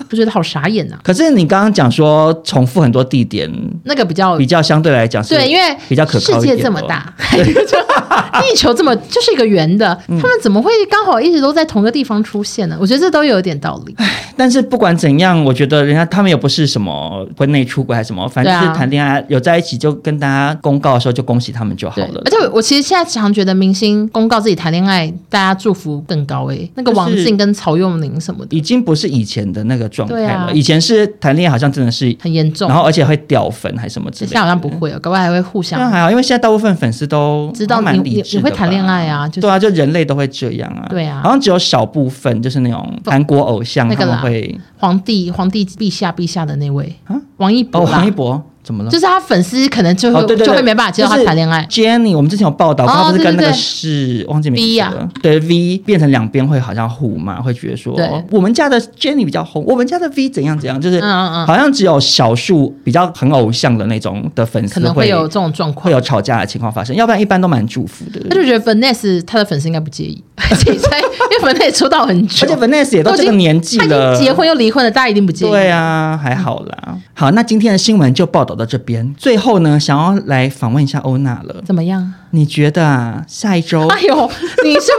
[SPEAKER 1] 不觉得好傻眼呐、
[SPEAKER 3] 可是你刚刚讲说重复很多地点，
[SPEAKER 1] 那个比较
[SPEAKER 3] 比较相对来讲是
[SPEAKER 1] 对，因为
[SPEAKER 3] 比较可靠
[SPEAKER 1] 世
[SPEAKER 3] 一
[SPEAKER 1] 界
[SPEAKER 3] 点哦
[SPEAKER 1] 这么
[SPEAKER 3] 的
[SPEAKER 1] 大， 地球这么就是一个圆 的，
[SPEAKER 3] 嗯
[SPEAKER 1] 他们怎么会刚好一直都在同个地方出现呢？我觉得这都有一点道理。
[SPEAKER 3] 但是不管怎样，我觉得人家他们也不是什么婚内出轨还是什么，反正就
[SPEAKER 1] 对
[SPEAKER 3] 是
[SPEAKER 1] 啊
[SPEAKER 3] 谈恋爱、有在一起就跟大家公告的时候就恭喜他们就好
[SPEAKER 1] 对
[SPEAKER 3] 了，。
[SPEAKER 1] 而且我我其实现在常觉得明星公告自己谈恋爱，大家祝福更高诶、那个
[SPEAKER 3] 就是
[SPEAKER 1] 王静跟曹佑宁什么的
[SPEAKER 3] 已经不是以前的那个状态
[SPEAKER 1] 对
[SPEAKER 3] 了，
[SPEAKER 1] 啊
[SPEAKER 3] 以前是谈恋爱好像真的是，
[SPEAKER 1] 很严重
[SPEAKER 3] 然，后而且会掉粉还什么之
[SPEAKER 1] 现
[SPEAKER 3] 类的。
[SPEAKER 1] 在好像不会哦了，搞不好还会互
[SPEAKER 3] 那
[SPEAKER 1] 相
[SPEAKER 3] 还好，因为现在大部分粉丝都
[SPEAKER 1] 知道
[SPEAKER 3] 都
[SPEAKER 1] 你
[SPEAKER 3] 蛮
[SPEAKER 1] 你
[SPEAKER 3] 理智的
[SPEAKER 1] 你会
[SPEAKER 3] 吧
[SPEAKER 1] 谈恋爱啊，就是
[SPEAKER 3] 对啊，就人类都会这样啊。
[SPEAKER 1] 对啊
[SPEAKER 3] 好像只有少部分就是那种韩国偶像
[SPEAKER 1] 那个
[SPEAKER 3] 他
[SPEAKER 1] 啦
[SPEAKER 3] 们会
[SPEAKER 1] 皇帝皇帝陛下陛下的那位
[SPEAKER 3] 啊
[SPEAKER 1] 王一博
[SPEAKER 3] 哦，
[SPEAKER 1] 啦
[SPEAKER 3] 王一，博怎么了？
[SPEAKER 1] 就是他粉丝可能就
[SPEAKER 3] 哦，
[SPEAKER 1] 会
[SPEAKER 3] 对对对，
[SPEAKER 1] 就会没办法接受他谈恋爱。
[SPEAKER 3] 就是 Jenny，我们之前有报道过，
[SPEAKER 1] 哦
[SPEAKER 3] 她不是
[SPEAKER 1] 对
[SPEAKER 3] 跟
[SPEAKER 1] 对
[SPEAKER 3] 那个
[SPEAKER 1] 对
[SPEAKER 3] 是忘记名
[SPEAKER 1] V 啊
[SPEAKER 3] 字
[SPEAKER 1] 呀
[SPEAKER 3] 了，对 V 变成两边会好像互骂，会觉得说
[SPEAKER 1] 对
[SPEAKER 3] 我们家的 Jenny 比较红，我们家的 V 怎样怎样，就是
[SPEAKER 1] 嗯嗯嗯
[SPEAKER 3] 好像只有少数比较很偶像的那种的粉
[SPEAKER 1] 可
[SPEAKER 3] 丝
[SPEAKER 1] 能会有这种状
[SPEAKER 3] 会
[SPEAKER 1] 况。
[SPEAKER 3] 有吵架的情况发生，要不然一般都蛮祝福的。
[SPEAKER 1] 他就觉得 Vanessa 他的粉丝应该不介意， 因为 Vanessa 出道很久，
[SPEAKER 3] 而且 Vanessa 也都这个年纪
[SPEAKER 1] 他已经
[SPEAKER 3] 了，
[SPEAKER 1] 结婚又离婚了，大家一定不介意。
[SPEAKER 3] 对啊，还好啦。好，那今天的新闻就报道到这边。最后呢，想要来访问一下欧娜了，
[SPEAKER 1] 怎么样？
[SPEAKER 3] 你觉得啊，下一周
[SPEAKER 1] 哎呦，你是不是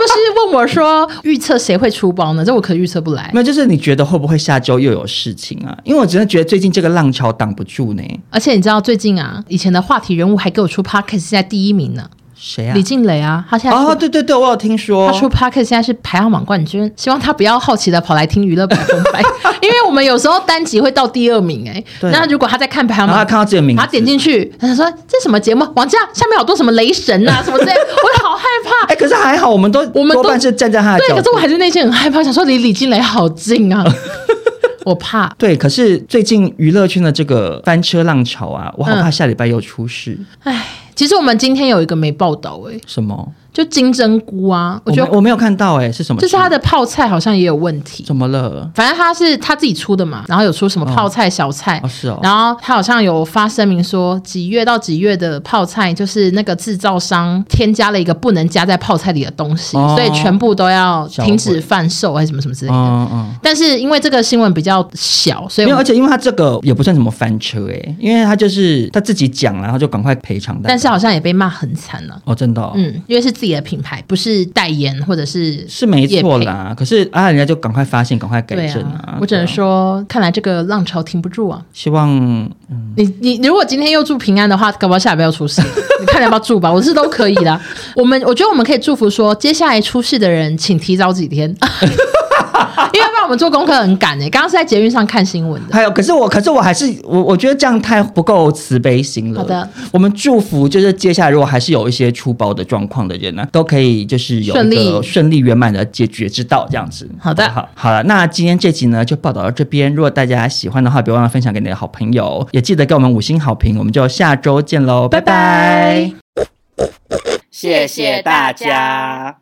[SPEAKER 1] 问我说预测谁会出包呢？这我可预测不来
[SPEAKER 3] 没。有，就是你觉得会不会下周又有事情啊？因为我真的觉得最近这个浪潮挡不住呢。
[SPEAKER 1] 而且你知道最近啊，以前的话题人物还给我出 podcast，现在第一名呢，
[SPEAKER 3] 谁啊
[SPEAKER 1] 李？静蕾啊，她现在出
[SPEAKER 3] 哦，对对对，我有听说
[SPEAKER 1] 他。出 p o c k e t 现在是排行榜冠军，希望他不要好奇的跑来听娱乐百分 百，因为我们有时候单集会到第二名哎、
[SPEAKER 3] 对
[SPEAKER 1] 那如果他在看排行
[SPEAKER 3] 然后他
[SPEAKER 1] 榜，
[SPEAKER 3] 看到这个名字，
[SPEAKER 1] 他点进去，他说这什么节目？王家下面好多什么雷神啊什么之类，我好害 怕。
[SPEAKER 3] 哎，可是还好，我们都
[SPEAKER 1] 我们都
[SPEAKER 3] 多半是站在他的
[SPEAKER 1] 对，
[SPEAKER 3] 角
[SPEAKER 1] 可是
[SPEAKER 3] 度。
[SPEAKER 1] 我还是内心很害怕，想说离李金雷好近 啊，我怕。
[SPEAKER 3] 对，可是最近娱乐圈的这个翻车浪潮啊，我好
[SPEAKER 1] 嗯
[SPEAKER 3] 怕下礼拜又出事。
[SPEAKER 1] 其实我们今天有一个没报道哎、
[SPEAKER 3] 什么？
[SPEAKER 1] 就金针菇啊，我
[SPEAKER 3] 我
[SPEAKER 1] 觉
[SPEAKER 3] 没
[SPEAKER 1] 得
[SPEAKER 3] 我没有看到哎、是什么事？
[SPEAKER 1] 就是他的泡菜好像也有问题。
[SPEAKER 3] 怎么了？
[SPEAKER 1] 反正他是他自己出的嘛，然后有出什么泡菜、小菜，
[SPEAKER 3] 哦是哦
[SPEAKER 1] 然后他好像有发声明说，几月到几月的泡菜，就是那个制造商添加了一个不能加在泡菜里的东西，
[SPEAKER 3] 哦
[SPEAKER 1] 所以全部都要停止
[SPEAKER 3] 销毁
[SPEAKER 1] 贩售还是什么什么之类的。
[SPEAKER 3] 嗯嗯。
[SPEAKER 1] 但是因为这个新闻比较小，所以
[SPEAKER 3] 没有，
[SPEAKER 1] 我
[SPEAKER 3] 而且因为他这个也不算什么翻车哎、因为他就是他自己讲了，然后就赶快赔偿大家。
[SPEAKER 1] 但是好像也被骂很惨了、
[SPEAKER 3] 哦，真的、哦，
[SPEAKER 1] 嗯，因为是自己的品牌，不是代言或者是
[SPEAKER 3] 是没错
[SPEAKER 1] 业配
[SPEAKER 3] 啦，可是啊，人家就赶快发现，赶快改
[SPEAKER 1] 对
[SPEAKER 3] 正
[SPEAKER 1] 啊
[SPEAKER 3] 啊！
[SPEAKER 1] 我只能
[SPEAKER 3] 对啊，
[SPEAKER 1] 说，看来这个浪潮停不住啊！
[SPEAKER 3] 希望
[SPEAKER 1] 你你你如果今天又祝平安的话，搞不好下礼拜要出事，你看你要不要祝吧？我是都可以的。我们我觉得我们可以祝福说，接下来出事的人请提早几天， 因为要不然我们做功课很赶哎、刚刚是在捷运上看新闻的，
[SPEAKER 3] 还有，可是我，可是我还是我，我觉得这样太不够慈悲心了。
[SPEAKER 1] 好的，
[SPEAKER 3] 我们祝福就是接下来如果还是有一些出包的状况的人呢、都可以就是有
[SPEAKER 1] 顺
[SPEAKER 3] 一
[SPEAKER 1] 利
[SPEAKER 3] 个顺利圆满的解决之道，这样子。
[SPEAKER 1] 好的
[SPEAKER 3] 好不好，好了，那今天这集呢就报道到这边。如果大家喜欢的话，别忘了分享给你的好朋友，也记得给我们五星好评。我们就下周见喽，拜拜
[SPEAKER 1] 拜拜
[SPEAKER 2] 谢谢大家。